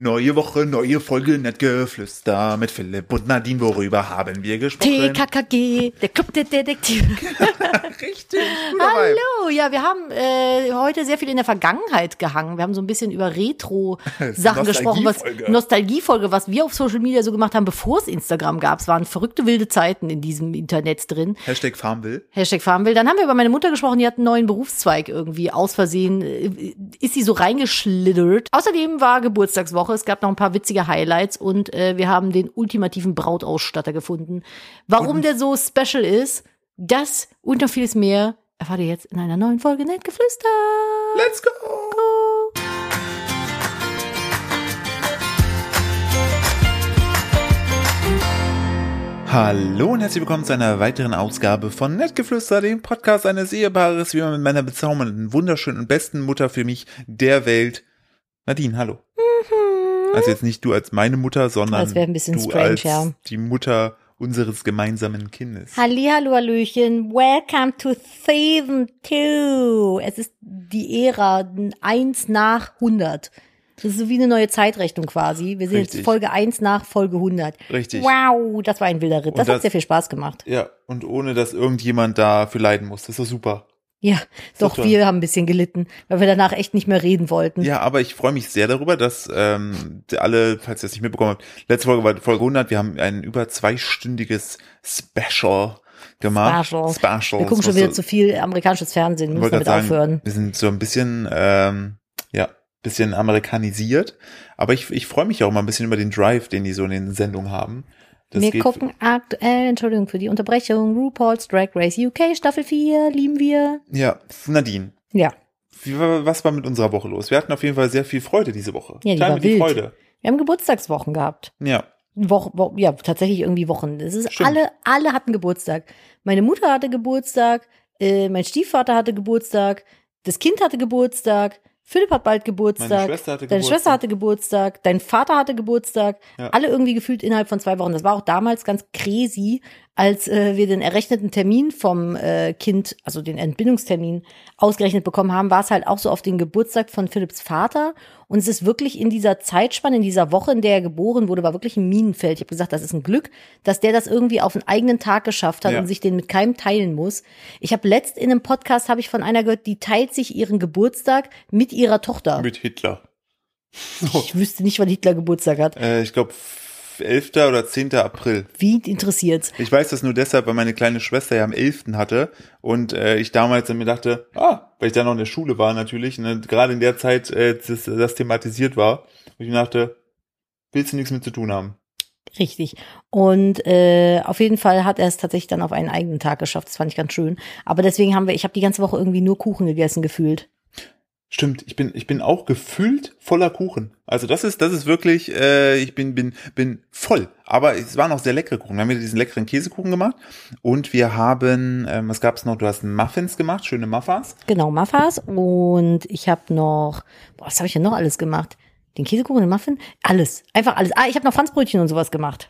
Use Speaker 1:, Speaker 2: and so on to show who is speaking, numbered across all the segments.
Speaker 1: Neue Woche, neue Folge, Nettgeflüster mit Philipp und Nadine. Worüber haben wir gesprochen?
Speaker 2: TKKG, der Club der Detektive.
Speaker 1: Richtig, guter Vibe.
Speaker 2: Hallo, ja, wir haben äh, heute sehr viel in der Vergangenheit gehangen. Wir haben so ein bisschen über Retro-Sachen gesprochen, was
Speaker 1: Nostalgiefolge.
Speaker 2: Nostalgiefolge, was wir auf Social Media so gemacht haben, bevor es Instagram gab. Es waren verrückte wilde Zeiten in diesem Internet drin.
Speaker 1: Hashtag Farmville.
Speaker 2: Hashtag fahren will. Dann haben wir über meine Mutter gesprochen, die hat einen neuen Berufszweig irgendwie aus Versehen, äh, ist sie so reingeschlittert. Außerdem war Geburtstagswoche, es gab noch ein paar witzige Highlights und äh, wir haben den ultimativen Brautausstatter gefunden. Warum der so special ist, das und noch vieles mehr erfahrt ihr jetzt in einer neuen Folge Nett geflüstert.
Speaker 1: Let's go! Hallo und herzlich willkommen zu einer weiteren Ausgabe von Nettgeflüster, dem Podcast eines Ehepaares, wie man mit meiner bezaubernden, wunderschönen und besten Mutter für mich der Welt. Nadine, hallo. Also jetzt nicht du als meine Mutter, sondern
Speaker 2: Mhm. Das wäre ein bisschen
Speaker 1: du
Speaker 2: strange,
Speaker 1: als
Speaker 2: ja.
Speaker 1: die Mutter unseres gemeinsamen Kindes.
Speaker 2: Hallihallo, Hallöchen. Welcome to Season 2. Es ist die Ära 1 nach 100. Das ist so wie eine neue Zeitrechnung quasi. Wir sind
Speaker 1: Richtig.
Speaker 2: jetzt Folge 1 nach Folge 100.
Speaker 1: Richtig.
Speaker 2: Wow, das war ein wilder Ritt.
Speaker 1: Und
Speaker 2: Das,
Speaker 1: das-
Speaker 2: hat sehr viel Spaß gemacht.
Speaker 1: Ja, und ohne dass irgendjemand dafür leiden muss. Das ist doch super.
Speaker 2: Ja, doch,
Speaker 1: toll.
Speaker 2: wir haben ein bisschen gelitten, weil wir danach echt nicht mehr reden wollten.
Speaker 1: Ja, aber ich freue mich sehr darüber, dass ähm, alle, falls ihr es nicht mitbekommen habt, letzte Folge war Folge 100, wir haben ein über zweistündiges Special gemacht.
Speaker 2: Special.
Speaker 1: Special.
Speaker 2: wir
Speaker 1: Das
Speaker 2: gucken schon
Speaker 1: muss
Speaker 2: wieder
Speaker 1: so-
Speaker 2: zu viel amerikanisches Fernsehen. Wir
Speaker 1: Ich
Speaker 2: müssen
Speaker 1: wollte gerade
Speaker 2: damit
Speaker 1: sagen,
Speaker 2: aufhören.
Speaker 1: wir sind so ein bisschen, ähm, ja, bisschen amerikanisiert. Aber ich, ich freue mich auch mal ein bisschen über den Drive, den die so in den Sendungen haben. Das
Speaker 2: wir
Speaker 1: geht-
Speaker 2: gucken aktuell, Entschuldigung für die Unterbrechung, RuPaul's Drag Race UK Staffel 4, lieben wir.
Speaker 1: Ja, Nadine.
Speaker 2: Ja.
Speaker 1: Wie, war- was war mit unserer Woche los? Wir hatten auf jeden Fall sehr viel Freude diese Woche.
Speaker 2: Ja, die
Speaker 1: Teil
Speaker 2: war
Speaker 1: mir
Speaker 2: wild.
Speaker 1: Freude.
Speaker 2: Wir haben Geburtstagswochen gehabt.
Speaker 1: Ja.
Speaker 2: Woche, wo, ja, tatsächlich irgendwie Wochen. Es ist
Speaker 1: Stimmt.
Speaker 2: alle, alle hatten Geburtstag. Meine Mutter hatte Geburtstag, äh, mein Stiefvater hatte Geburtstag, das Kind hatte Geburtstag, Philipp hat bald Geburtstag,
Speaker 1: Meine Schwester hatte
Speaker 2: deine
Speaker 1: Geburtstag.
Speaker 2: Schwester hatte Geburtstag, dein Vater hatte Geburtstag,
Speaker 1: Ja.
Speaker 2: alle irgendwie gefühlt innerhalb von zwei Wochen. Das war auch damals ganz crazy, als äh, wir den errechneten Termin vom äh, Kind, also den Entbindungstermin, ausgerechnet bekommen haben, war es halt auch so auf den Geburtstag von Philipps Vater. Und es ist wirklich in dieser Zeitspanne, in dieser Woche, in der er geboren wurde, war wirklich ein Minenfeld. Ich habe gesagt, das ist ein Glück, dass der das irgendwie auf einen eigenen Tag geschafft hat
Speaker 1: Ja.
Speaker 2: und sich den mit keinem teilen muss. Ich habe letzt in einem Podcast, habe ich von einer gehört, die teilt sich ihren Geburtstag mit ihrer Tochter.
Speaker 1: Mit Hitler.
Speaker 2: Ich wüsste nicht, wann Hitler Geburtstag hat.
Speaker 1: Äh, ich glaube, 11. oder 10. April.
Speaker 2: Wie interessiert's?
Speaker 1: Ich weiß das nur deshalb, weil meine kleine Schwester ja am 11. hatte und äh, ich damals dann mir dachte, ah, weil ich da noch in der Schule war natürlich, ne, gerade in der Zeit, äh, das, das thematisiert war, und ich mir dachte, willst du nichts mit zu tun haben?
Speaker 2: Richtig. Und äh, auf jeden Fall hat er es tatsächlich dann auf einen eigenen Tag geschafft. Das fand ich ganz schön. Aber deswegen haben wir, ich habe die ganze Woche irgendwie nur Kuchen gegessen gefühlt.
Speaker 1: Stimmt, ich bin ich bin auch gefüllt voller Kuchen. Also das ist das ist wirklich äh, ich bin bin bin voll. Aber es waren auch sehr leckere Kuchen. Wir haben wieder diesen leckeren Käsekuchen gemacht und wir haben ähm, was gab's noch? Du hast Muffins gemacht, schöne Muffas.
Speaker 2: Genau, Maffas. Und ich habe noch, boah, was habe ich denn noch alles gemacht? Den Käsekuchen, den Muffin? Alles. Einfach alles. Ah, ich habe noch Franzbrötchen und sowas gemacht.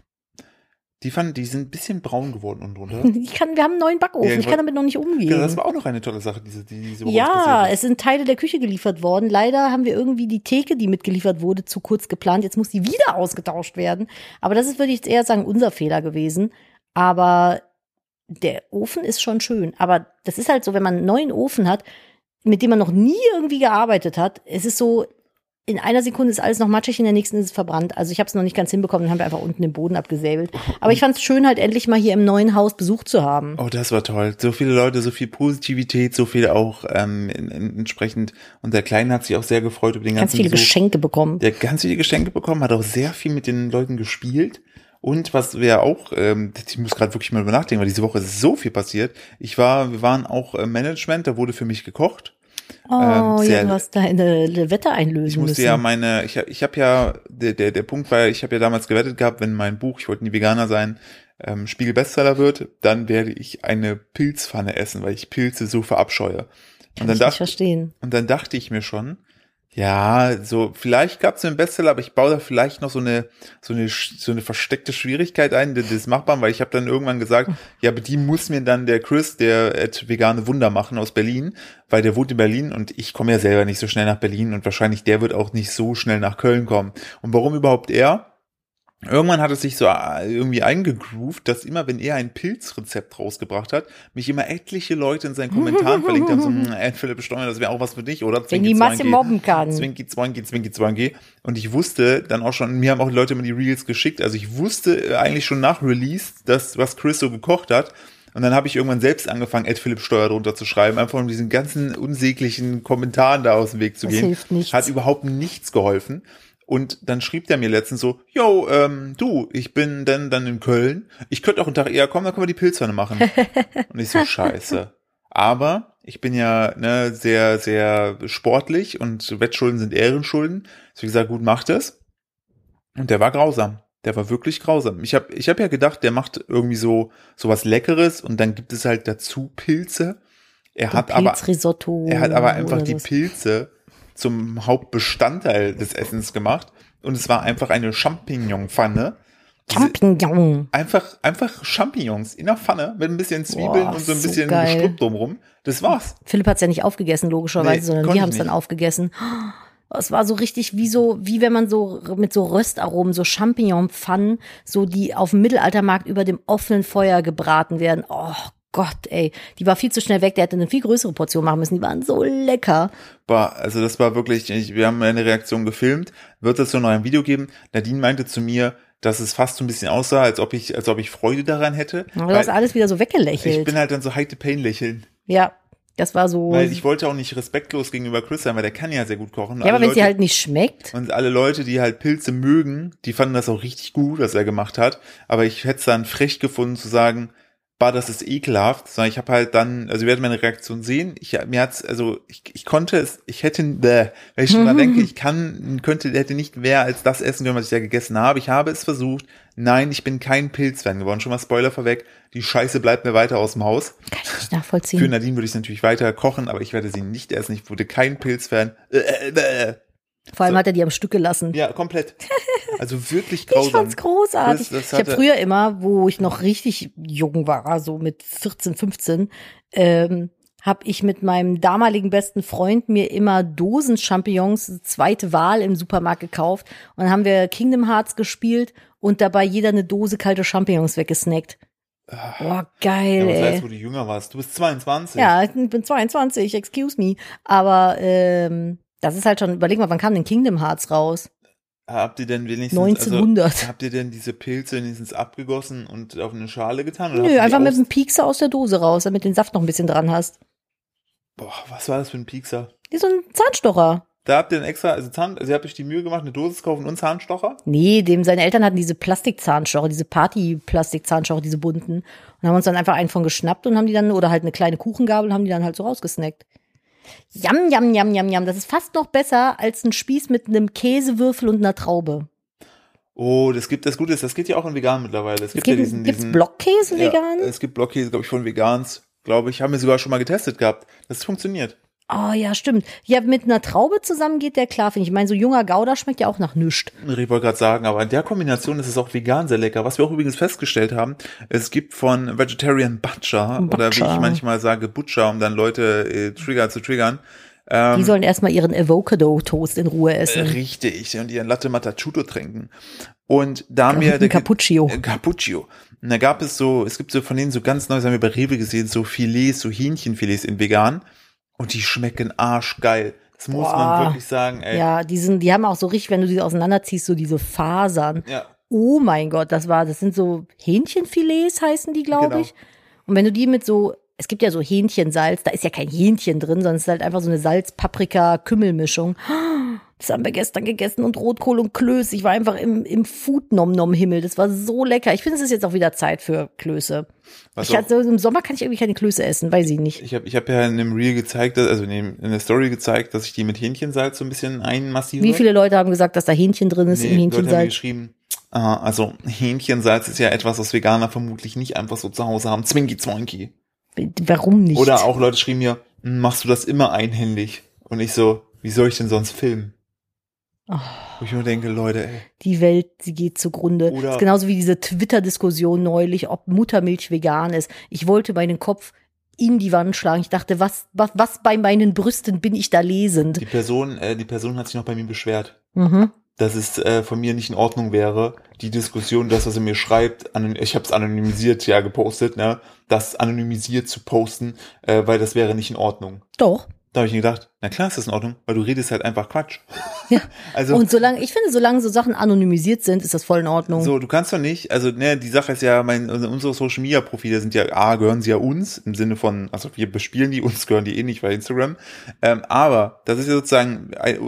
Speaker 1: Die fanden, die sind ein bisschen braun geworden unten drunter.
Speaker 2: Ich kann, wir haben einen neuen Backofen.
Speaker 1: Ja, ich
Speaker 2: ich kann damit noch nicht umgehen.
Speaker 1: Ja, das war auch noch eine tolle Sache, diese, die, diese Woche uns
Speaker 2: Ja,
Speaker 1: passiert ist.
Speaker 2: es sind Teile der Küche geliefert worden. Leider haben wir irgendwie die Theke, die mitgeliefert wurde, zu kurz geplant. Jetzt muss die wieder ausgetauscht werden. Aber das ist, würde ich jetzt eher sagen, unser Fehler gewesen. Aber der Ofen ist schon schön. Aber das ist halt so, wenn man einen neuen Ofen hat, mit dem man noch nie irgendwie gearbeitet hat, es ist so, in einer Sekunde ist alles noch matschig, in der nächsten ist es verbrannt. Also ich habe es noch nicht ganz hinbekommen, dann haben wir einfach unten den Boden abgesäbelt. Aber ich fand es schön, halt endlich mal hier im neuen Haus Besuch zu haben.
Speaker 1: Oh, das war toll. So viele Leute, so viel Positivität, so viel auch ähm, in, in, entsprechend. Und der Kleine hat sich auch sehr gefreut über den
Speaker 2: Ganz
Speaker 1: ganzen
Speaker 2: viele
Speaker 1: Besuch.
Speaker 2: Geschenke bekommen.
Speaker 1: Der hat ganz viele Geschenke bekommen, hat auch sehr viel mit den Leuten gespielt. Und was wir auch, ähm, ich muss gerade wirklich mal drüber nachdenken, weil diese Woche ist so viel passiert. Ich war, wir waren auch im Management, da wurde für mich gekocht.
Speaker 2: Oh,
Speaker 1: Ähm, sehr-
Speaker 2: ja, du hast deine Wette einlösen
Speaker 1: Ich musste
Speaker 2: müssen.
Speaker 1: ja meine, ich, hab- ich habe ja, der, der, der Punkt war, ich habe ja damals gewettet gehabt, wenn mein Buch, ich wollte nie Veganer sein, ähm, Spiegel-Bestseller wird, dann werde ich eine Pilzpfanne essen, weil ich Pilze so verabscheue. Und
Speaker 2: Kann
Speaker 1: dann,
Speaker 2: ich nicht
Speaker 1: dacht,
Speaker 2: verstehen.
Speaker 1: und dann dachte ich mir schon, Ja, so vielleicht gab es einen Bestseller, aber ich baue da vielleicht noch so eine so eine sch- so eine versteckte Schwierigkeit ein, die- des Machbaren, weil ich habe dann irgendwann gesagt, ja, aber die muss mir dann der Chris, der at vegane Wunder machen aus Berlin, weil der wohnt in Berlin und ich komme ja selber nicht so schnell nach Berlin und wahrscheinlich der wird auch nicht so schnell nach Köln kommen. Und warum überhaupt er? Irgendwann hat es sich so äh, irgendwie eingegroovt, dass immer, wenn er ein Pilzrezept rausgebracht hat, mich immer etliche Leute in seinen Kommentaren verlinkt haben, so, "Mh, äh, Philipp Steuer, das wäre auch was für dich, oder?
Speaker 2: Wenn die Masse
Speaker 1: Zwinki-Zwanki."
Speaker 2: mobben kann.
Speaker 1: Zwinki, Zwanki, Zwinki, Zwanki. Und ich wusste dann auch schon, mir haben auch Leute immer die Reels geschickt. Also ich wusste äh, eigentlich schon nach Release, das, was Chris so gekocht hat. Und dann habe ich irgendwann selbst angefangen, Ed Philipp Steuer drunter zu schreiben, einfach um diesen ganzen unsäglichen Kommentaren da aus dem Weg zu
Speaker 2: Das
Speaker 1: gehen.
Speaker 2: hilft nichts.
Speaker 1: Hat überhaupt nichts geholfen. Und dann schrieb der mir letztens so, yo, ähm, du, ich bin denn dann in Köln. Ich könnte auch einen Tag eher kommen, dann können wir die Pilzhörner machen. Und ich so, scheiße. Aber ich bin ja ne, sehr, sehr sportlich und Wettschulden sind Ehrenschulden. Deswegen gesagt, gut, macht es. Und der war grausam. Der war wirklich grausam. Ich habe ich hab ja gedacht, der macht irgendwie so, so was Leckeres und dann gibt es halt dazu Pilze. Er hat aber
Speaker 2: Pilzrisotto.
Speaker 1: er hat aber einfach
Speaker 2: Oh, oder
Speaker 1: die
Speaker 2: was.
Speaker 1: Pilze zum Hauptbestandteil des Essens gemacht und es war einfach eine Champignonpfanne. Diese-
Speaker 2: Champignon.
Speaker 1: Einfach, einfach Champignons in der Pfanne mit ein bisschen Zwiebeln
Speaker 2: Boah,
Speaker 1: und so ein
Speaker 2: so
Speaker 1: bisschen
Speaker 2: geil.
Speaker 1: Gestrüpp drumrum. Das war's.
Speaker 2: Philipp hat's ja nicht aufgegessen, logischerweise,
Speaker 1: Nee,
Speaker 2: sondern
Speaker 1: konnt
Speaker 2: wir
Speaker 1: ich
Speaker 2: haben's dann
Speaker 1: nicht.
Speaker 2: aufgegessen. Es war so richtig wie so, wie wenn man so r- mit so Röstaromen, so Champignon-Pfannen, so die auf dem Mittelaltermarkt über dem offenen Feuer gebraten werden. Oh Gott, ey. Die war viel zu schnell weg. Der hätte eine viel größere Portion machen müssen. Die waren so lecker.
Speaker 1: Boah, also das war wirklich, ich, wir haben eine Reaktion gefilmt. Wird es so noch ein Video geben? Nadine meinte zu mir, dass es fast so ein bisschen aussah, als ob ich, als ob ich Freude daran hätte.
Speaker 2: Aber du hast
Speaker 1: Weil
Speaker 2: alles wieder so
Speaker 1: ich
Speaker 2: weggelächelt.
Speaker 1: bin halt dann so heite Pain lächeln.
Speaker 2: Ja, das war so.
Speaker 1: Weil ich wollte auch nicht respektlos gegenüber Chris sein, weil der kann ja sehr gut kochen.
Speaker 2: ja, aber
Speaker 1: Alle
Speaker 2: wenn sie
Speaker 1: Leute-
Speaker 2: halt nicht schmeckt.
Speaker 1: Und alle Leute, die halt Pilze mögen, die fanden das auch richtig gut, was er gemacht hat. Aber ich hätte es dann frech gefunden zu sagen, bah, das ist ekelhaft, sondern ich habe halt dann, also ihr werdet meine Reaktion sehen, ich mir hat's, also ich, ich konnte es, ich hätte, bäh, wenn ich schon mal denke, ich kann, könnte, hätte nicht mehr als das essen können, was ich da gegessen habe. Ich habe es versucht. Nein, ich bin kein Pilzfan geworden. Schon mal Spoiler vorweg, die Scheiße bleibt mir weiter aus dem Haus.
Speaker 2: Kann ich nicht
Speaker 1: Für
Speaker 2: nachvollziehen.
Speaker 1: Nadine würde ich es natürlich weiter kochen, aber ich werde sie nicht essen. Ich wurde kein Pilzfan. Äh, äh, bäh.
Speaker 2: Vor allem
Speaker 1: so.
Speaker 2: hat er die am Stück gelassen.
Speaker 1: Ja, komplett. Also wirklich
Speaker 2: Ich
Speaker 1: grausam.
Speaker 2: fand's
Speaker 1: Das-
Speaker 2: großartig.
Speaker 1: das
Speaker 2: ich habe
Speaker 1: hatte-
Speaker 2: früher immer, wo ich noch richtig jung war, also mit 14, 15, ähm, habe ich mit meinem damaligen besten Freund mir immer Dosen Champignons zweite Wahl im Supermarkt gekauft und dann haben wir Kingdom Hearts gespielt und dabei jeder eine Dose kalte Champignons weggesnackt. Oh,
Speaker 1: Ah. Ja,
Speaker 2: geil,
Speaker 1: was heißt,
Speaker 2: ey.
Speaker 1: wo du jünger warst? Du bist 22.
Speaker 2: Ja, ich bin 22, excuse me. Aber ähm, das ist halt schon, überleg mal, wann kam denn Kingdom Hearts raus?
Speaker 1: Habt ihr denn wenigstens,
Speaker 2: 1900.
Speaker 1: also, habt ihr denn diese Pilze wenigstens abgegossen und auf eine Schale getan? Oder habt ihr
Speaker 2: Nö,
Speaker 1: die
Speaker 2: einfach mit
Speaker 1: aus-
Speaker 2: dem Piekser aus der Dose raus, damit den Saft noch ein bisschen dran hast.
Speaker 1: Boah, was war das für ein Piekser?
Speaker 2: Wie so ein Zahnstocher.
Speaker 1: Da habt ihr dann extra, also Zahn, also ihr habt euch die Mühe gemacht, eine Dosis kaufen und Zahnstocher?
Speaker 2: Nee, dem seine Eltern hatten diese Plastikzahnstocher, diese Party-Plastikzahnstocher, diese bunten. Und haben uns dann einfach einen von geschnappt und haben die dann, oder halt eine kleine Kuchengabel, und haben die dann halt so rausgesnackt. Jam, jam, jam, jam, jam. Das ist fast noch besser als ein Spieß mit einem Käsewürfel und einer Traube.
Speaker 1: Oh, das gibt, das Gute ist, das geht ja auch in vegan mittlerweile. Es
Speaker 2: Es
Speaker 1: gibt
Speaker 2: gibt,
Speaker 1: ja diesen,
Speaker 2: gibt's
Speaker 1: diesen
Speaker 2: Blockkäse
Speaker 1: ja,
Speaker 2: vegan?
Speaker 1: Es gibt Blockkäse, glaube ich, von Vegans. Glaube ich, haben wir sogar schon mal getestet gehabt. Das funktioniert.
Speaker 2: Oh ja, stimmt. Ja, mit einer Traube zusammen geht der klar, finde ich. Ich meine, so junger Gouda schmeckt ja auch nach nichts.
Speaker 1: Ich wollte gerade sagen, aber in der Kombination ist es auch vegan sehr lecker. Was wir auch übrigens festgestellt haben, es gibt von Vegetarian Butcher, oder wie ich
Speaker 2: Butcher.
Speaker 1: manchmal sage, Butcher, um dann Leute äh, Trigger zu triggern. Ähm, Äh,
Speaker 2: Die sollen erstmal ihren Avocado-Toast in Ruhe essen.
Speaker 1: richtig, und ihren Latte Matachuto trinken. Und da haben wir
Speaker 2: Ein Cappuccino.
Speaker 1: äh, Cappuccio. Und da gab es so, es gibt so von denen so ganz Neues, haben wir bei Rewe gesehen, so Filets, so Hähnchenfilets in vegan. Und die schmecken arschgeil. Das muss
Speaker 2: Boah.
Speaker 1: man wirklich sagen, ey.
Speaker 2: Ja, die sind, die haben auch so richtig, wenn du die auseinanderziehst, so diese Fasern.
Speaker 1: ja.
Speaker 2: Oh mein Gott, das war, das sind so Hähnchenfilets heißen die, glaube
Speaker 1: Genau.
Speaker 2: ich. Und wenn du die mit so, es gibt ja so Hähnchensalz, da ist ja kein Hähnchen drin, sondern es ist halt einfach so eine Salz-Paprika-Kümmelmischung. Das haben wir gestern gegessen und Rotkohl und Klöße. Ich war einfach im, im Food-Nom-Nom-Himmel. Das war so lecker. Ich finde, es ist jetzt auch wieder Zeit für Klöße.
Speaker 1: Was
Speaker 2: Ich,
Speaker 1: auch-
Speaker 2: also, Im Sommer kann ich irgendwie keine Klöße essen, weiß ich nicht.
Speaker 1: Ich habe ich hab ja in einem Reel gezeigt, dass- also in, dem, in der Story gezeigt, dass ich die mit Hähnchensalz so ein bisschen einmassiere.
Speaker 2: Wie viele Leute haben gesagt, dass da Hähnchen drin ist
Speaker 1: nee,
Speaker 2: im
Speaker 1: Leute haben mir
Speaker 2: Hähnchensalz?
Speaker 1: geschrieben, ah, also Hähnchensalz ist ja etwas, was Veganer vermutlich nicht einfach so zu Hause haben. Zwinki Zwonki.
Speaker 2: Warum nicht?
Speaker 1: Oder auch Leute schrieben mir, "Hm, machst du das immer einhändig? Und ich so, Wie soll ich denn sonst filmen?
Speaker 2: Ach,
Speaker 1: Wo ich nur denke, Leute, ey.
Speaker 2: die Welt, sie geht zugrunde.
Speaker 1: Oder-
Speaker 2: Oder ist genauso wie diese Twitter-Diskussion neulich, ob Muttermilch vegan ist. Ich wollte meinen Kopf in die Wand schlagen. Ich dachte, was, was, was bei meinen Brüsten bin ich da lesend?
Speaker 1: Die Person, äh, die Person hat sich noch bei mir beschwert,
Speaker 2: Mhm.
Speaker 1: dass es äh, von mir nicht in Ordnung wäre, die Diskussion, das, was er mir schreibt, anon ich habe es anonymisiert ja gepostet, ne, das anonymisiert zu posten, äh, weil das wäre nicht in Ordnung.
Speaker 2: Doch.
Speaker 1: Da habe ich mir gedacht, na klar ist das in Ordnung, weil du redest halt einfach Quatsch.
Speaker 2: Ja.
Speaker 1: Also
Speaker 2: Und solange, ich finde, solange so Sachen anonymisiert sind, ist das voll in Ordnung.
Speaker 1: So, du kannst doch nicht, also ne, die Sache ist ja, mein, also unsere Social Media Profile sind ja, A, gehören sie ja uns, im Sinne von, also wir bespielen die, uns gehören die eh nicht bei Instagram. Ähm, aber das ist ja sozusagen ein-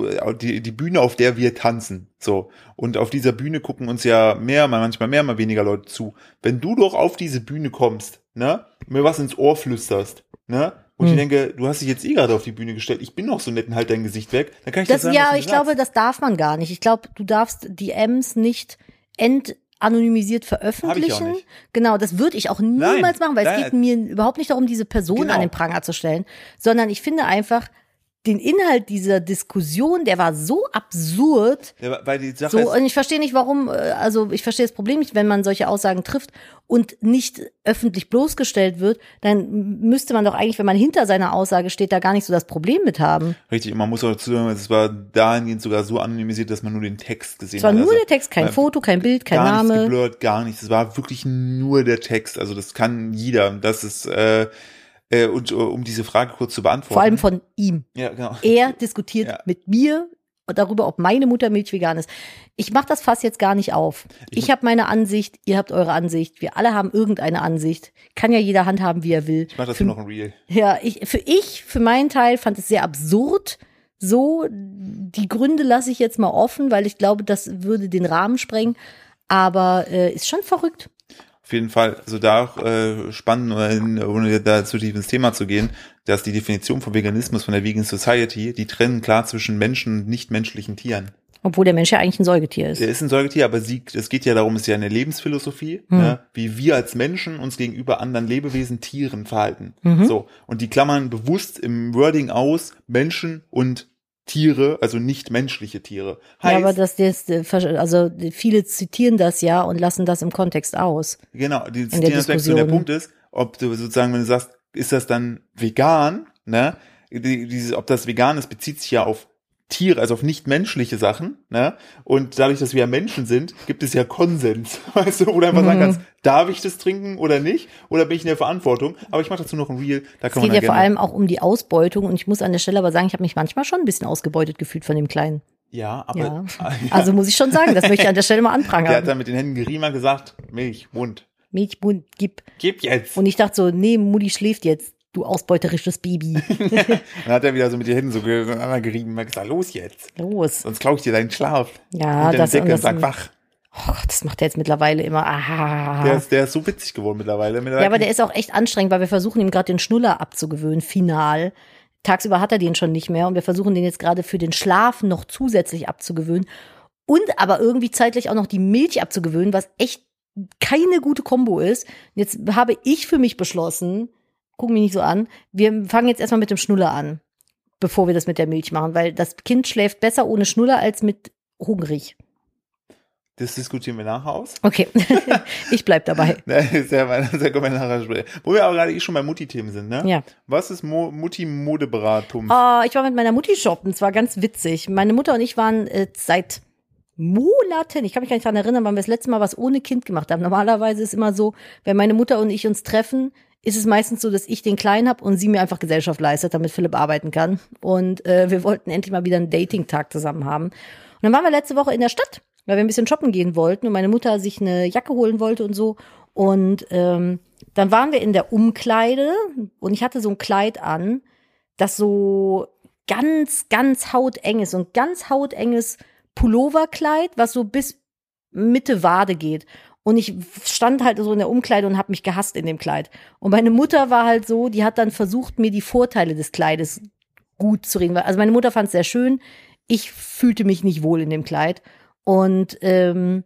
Speaker 1: die, die Bühne, auf der wir tanzen. So. Und auf dieser Bühne gucken uns ja mehr, mal manchmal mehr, mal weniger Leute zu. Wenn du doch auf diese Bühne kommst, ne, mir was ins Ohr flüsterst, ne? Und ich
Speaker 2: Hm.
Speaker 1: denke, du hast dich jetzt eh gerade auf die Bühne gestellt, ich bin noch so nett und halt dein Gesicht weg, dann kann ich das,
Speaker 2: Das,
Speaker 1: sagen, was
Speaker 2: ja,
Speaker 1: du
Speaker 2: ich
Speaker 1: sagst.
Speaker 2: glaube, das darf man gar nicht. Ich glaube, du darfst die M's nicht entanonymisiert veröffentlichen.
Speaker 1: nicht.
Speaker 2: Genau, das würde ich auch niemals machen, weil
Speaker 1: nein.
Speaker 2: es geht mir überhaupt nicht darum, diese Person
Speaker 1: Genau.
Speaker 2: an den Pranger zu stellen, sondern ich finde einfach den Inhalt dieser Diskussion, der war so absurd.
Speaker 1: Ja, weil die Sache
Speaker 2: So,
Speaker 1: ist,
Speaker 2: und ich verstehe nicht, warum, äh, also ich verstehe das Problem nicht, wenn man solche Aussagen trifft und nicht öffentlich bloßgestellt wird, dann müsste man doch eigentlich, wenn man hinter seiner Aussage steht, da gar nicht so das Problem mit haben.
Speaker 1: Richtig, und man muss auch dazu sagen, es war dahingehend sogar so anonymisiert, dass man nur den Text gesehen
Speaker 2: Es war
Speaker 1: hat.
Speaker 2: nur
Speaker 1: also
Speaker 2: der Text, kein
Speaker 1: äh,
Speaker 2: Foto, kein Bild, kein
Speaker 1: gar nichts
Speaker 2: Name.
Speaker 1: geblurrt, gar nichts. Es war wirklich nur der Text. Also das kann jeder. Das ist, äh, äh, und äh, um diese Frage kurz zu beantworten.
Speaker 2: Vor allem von E- ihm.
Speaker 1: ja, genau.
Speaker 2: Er diskutiert
Speaker 1: Ja.
Speaker 2: mit mir darüber, ob meine Muttermilch vegan ist. Ich mache das Fass jetzt gar nicht auf.
Speaker 1: Ich-
Speaker 2: Ich habe meine Ansicht, ihr habt eure Ansicht, wir alle haben irgendeine Ansicht. Kann ja jeder handhaben, wie er will.
Speaker 1: Ich mach dazu
Speaker 2: für,
Speaker 1: noch ein Reel.
Speaker 2: ja, ich, für ich, für meinen Teil, fand es sehr absurd. So, die Gründe lasse ich jetzt mal offen, weil ich glaube, das würde den Rahmen sprengen. Aber äh, ist schon verrückt.
Speaker 1: Auf jeden Fall, also da auch äh, spannend, ohne- ohne da zu tief ins Thema zu gehen, dass die Definition von Veganismus von der Vegan Society, die trennen klar zwischen Menschen und nichtmenschlichen Tieren.
Speaker 2: Obwohl der Mensch ja eigentlich ein Säugetier ist.
Speaker 1: Er ist ein Säugetier, aber sie, es geht ja darum, es ist ja eine Lebensphilosophie,
Speaker 2: Hm.
Speaker 1: ne, wie wir als Menschen uns gegenüber anderen Lebewesen, Tieren verhalten.
Speaker 2: Mhm.
Speaker 1: So. Und die klammern bewusst im Wording aus Menschen und Tiere, also nicht menschliche Tiere. Heißt,
Speaker 2: ja, aber das, das, also viele zitieren das ja und lassen das im Kontext aus.
Speaker 1: genau, die
Speaker 2: der
Speaker 1: zitieren das weg. So, der
Speaker 2: Diskussion.
Speaker 1: Punkt ist, ob du sozusagen, wenn du sagst, ist das dann vegan, ne, die, dieses, ob das vegan ist, bezieht sich ja auf Tiere, also auf nichtmenschliche Sachen, ne? Und dadurch, dass wir ja Menschen sind, gibt es ja Konsens, weißt du, wo du einfach sagen
Speaker 2: Mhm.
Speaker 1: kannst, darf ich das trinken oder nicht? Oder bin ich in der Verantwortung? Aber ich mache dazu noch ein Reel, da
Speaker 2: Es
Speaker 1: kann
Speaker 2: geht
Speaker 1: man
Speaker 2: ja
Speaker 1: dann
Speaker 2: vor
Speaker 1: gerne-
Speaker 2: allem auch um die Ausbeutung und ich muss an der Stelle aber sagen, ich habe mich manchmal schon ein bisschen ausgebeutet gefühlt von dem Kleinen.
Speaker 1: Ja, aber Ah,
Speaker 2: Ja.
Speaker 1: Ja.
Speaker 2: Also muss ich schon sagen, das möchte ich an der Stelle mal
Speaker 1: der hat
Speaker 2: anprangern.
Speaker 1: dann mit den Händen geriemert gesagt, Milch, Mund,
Speaker 2: Milchbund, gib.
Speaker 1: gib jetzt.
Speaker 2: Und ich dachte so, nee, Mutti schläft jetzt, du ausbeuterisches Baby.
Speaker 1: dann hat er wieder so mit den Händen so gegeneinander gerieben und gesagt, los jetzt,
Speaker 2: Los.
Speaker 1: sonst klaue ich dir deinen Schlaf.
Speaker 2: Ja,
Speaker 1: und
Speaker 2: das,
Speaker 1: Decke
Speaker 2: und
Speaker 1: und
Speaker 2: das,
Speaker 1: sag
Speaker 2: oh
Speaker 1: wach.
Speaker 2: Gott, das macht er jetzt mittlerweile immer.
Speaker 1: Der
Speaker 2: Aha.
Speaker 1: ist, der ist so witzig geworden mittlerweile.
Speaker 2: Ah. Ja, aber der ist auch echt anstrengend, weil wir versuchen ihm gerade den Schnuller abzugewöhnen, final. Tagsüber hat er den schon nicht mehr und wir versuchen den jetzt gerade für den Schlaf noch zusätzlich abzugewöhnen und aber irgendwie zeitlich auch noch die Milch abzugewöhnen, was echt keine gute Kombo ist. Und Jetzt habe ich für mich beschlossen, gucken mich nicht so an, wir fangen jetzt erstmal mit dem Schnuller an, bevor wir das mit der Milch machen, weil das Kind schläft besser ohne Schnuller als mit hungrig.
Speaker 1: das diskutieren wir nachher aus.
Speaker 2: Okay, ich bleib dabei.
Speaker 1: Das ist ja mein, da können wir nachher sprechen. Wo wir aber gerade eh schon bei Mutti-Themen sind, ne?
Speaker 2: Ja.
Speaker 1: Was ist Mo Mutti-Modeberatum?
Speaker 2: Oh, ich war mit meiner Mutti shoppen. Es war ganz witzig. Meine Mutter und ich waren äh, seit Monaten, ich kann mich gar nicht daran erinnern, wann wir das letzte Mal was ohne Kind gemacht haben. Normalerweise ist immer so, wenn meine Mutter und ich uns treffen, ist es meistens so, dass ich den Kleinen habe und sie mir einfach Gesellschaft leistet, damit Philipp arbeiten kann. Und äh, wir wollten endlich mal wieder einen Dating-Tag zusammen haben. Und dann waren wir letzte Woche in der Stadt, weil wir ein bisschen shoppen gehen wollten und meine Mutter sich eine Jacke holen wollte und so. Und ähm, dann waren wir in der Umkleide und ich hatte so ein Kleid an, das so ganz, ganz hauteng ist. So ein ganz hautenges Pulloverkleid, was so bis Mitte Wade geht. Und ich stand halt so in der Umkleide und habe mich gehasst in dem Kleid. Und meine Mutter war halt so, die hat dann versucht, mir die Vorteile des Kleides gut zu reden. Also meine Mutter fand es sehr schön. Ich fühlte mich nicht wohl in dem Kleid. Und ähm,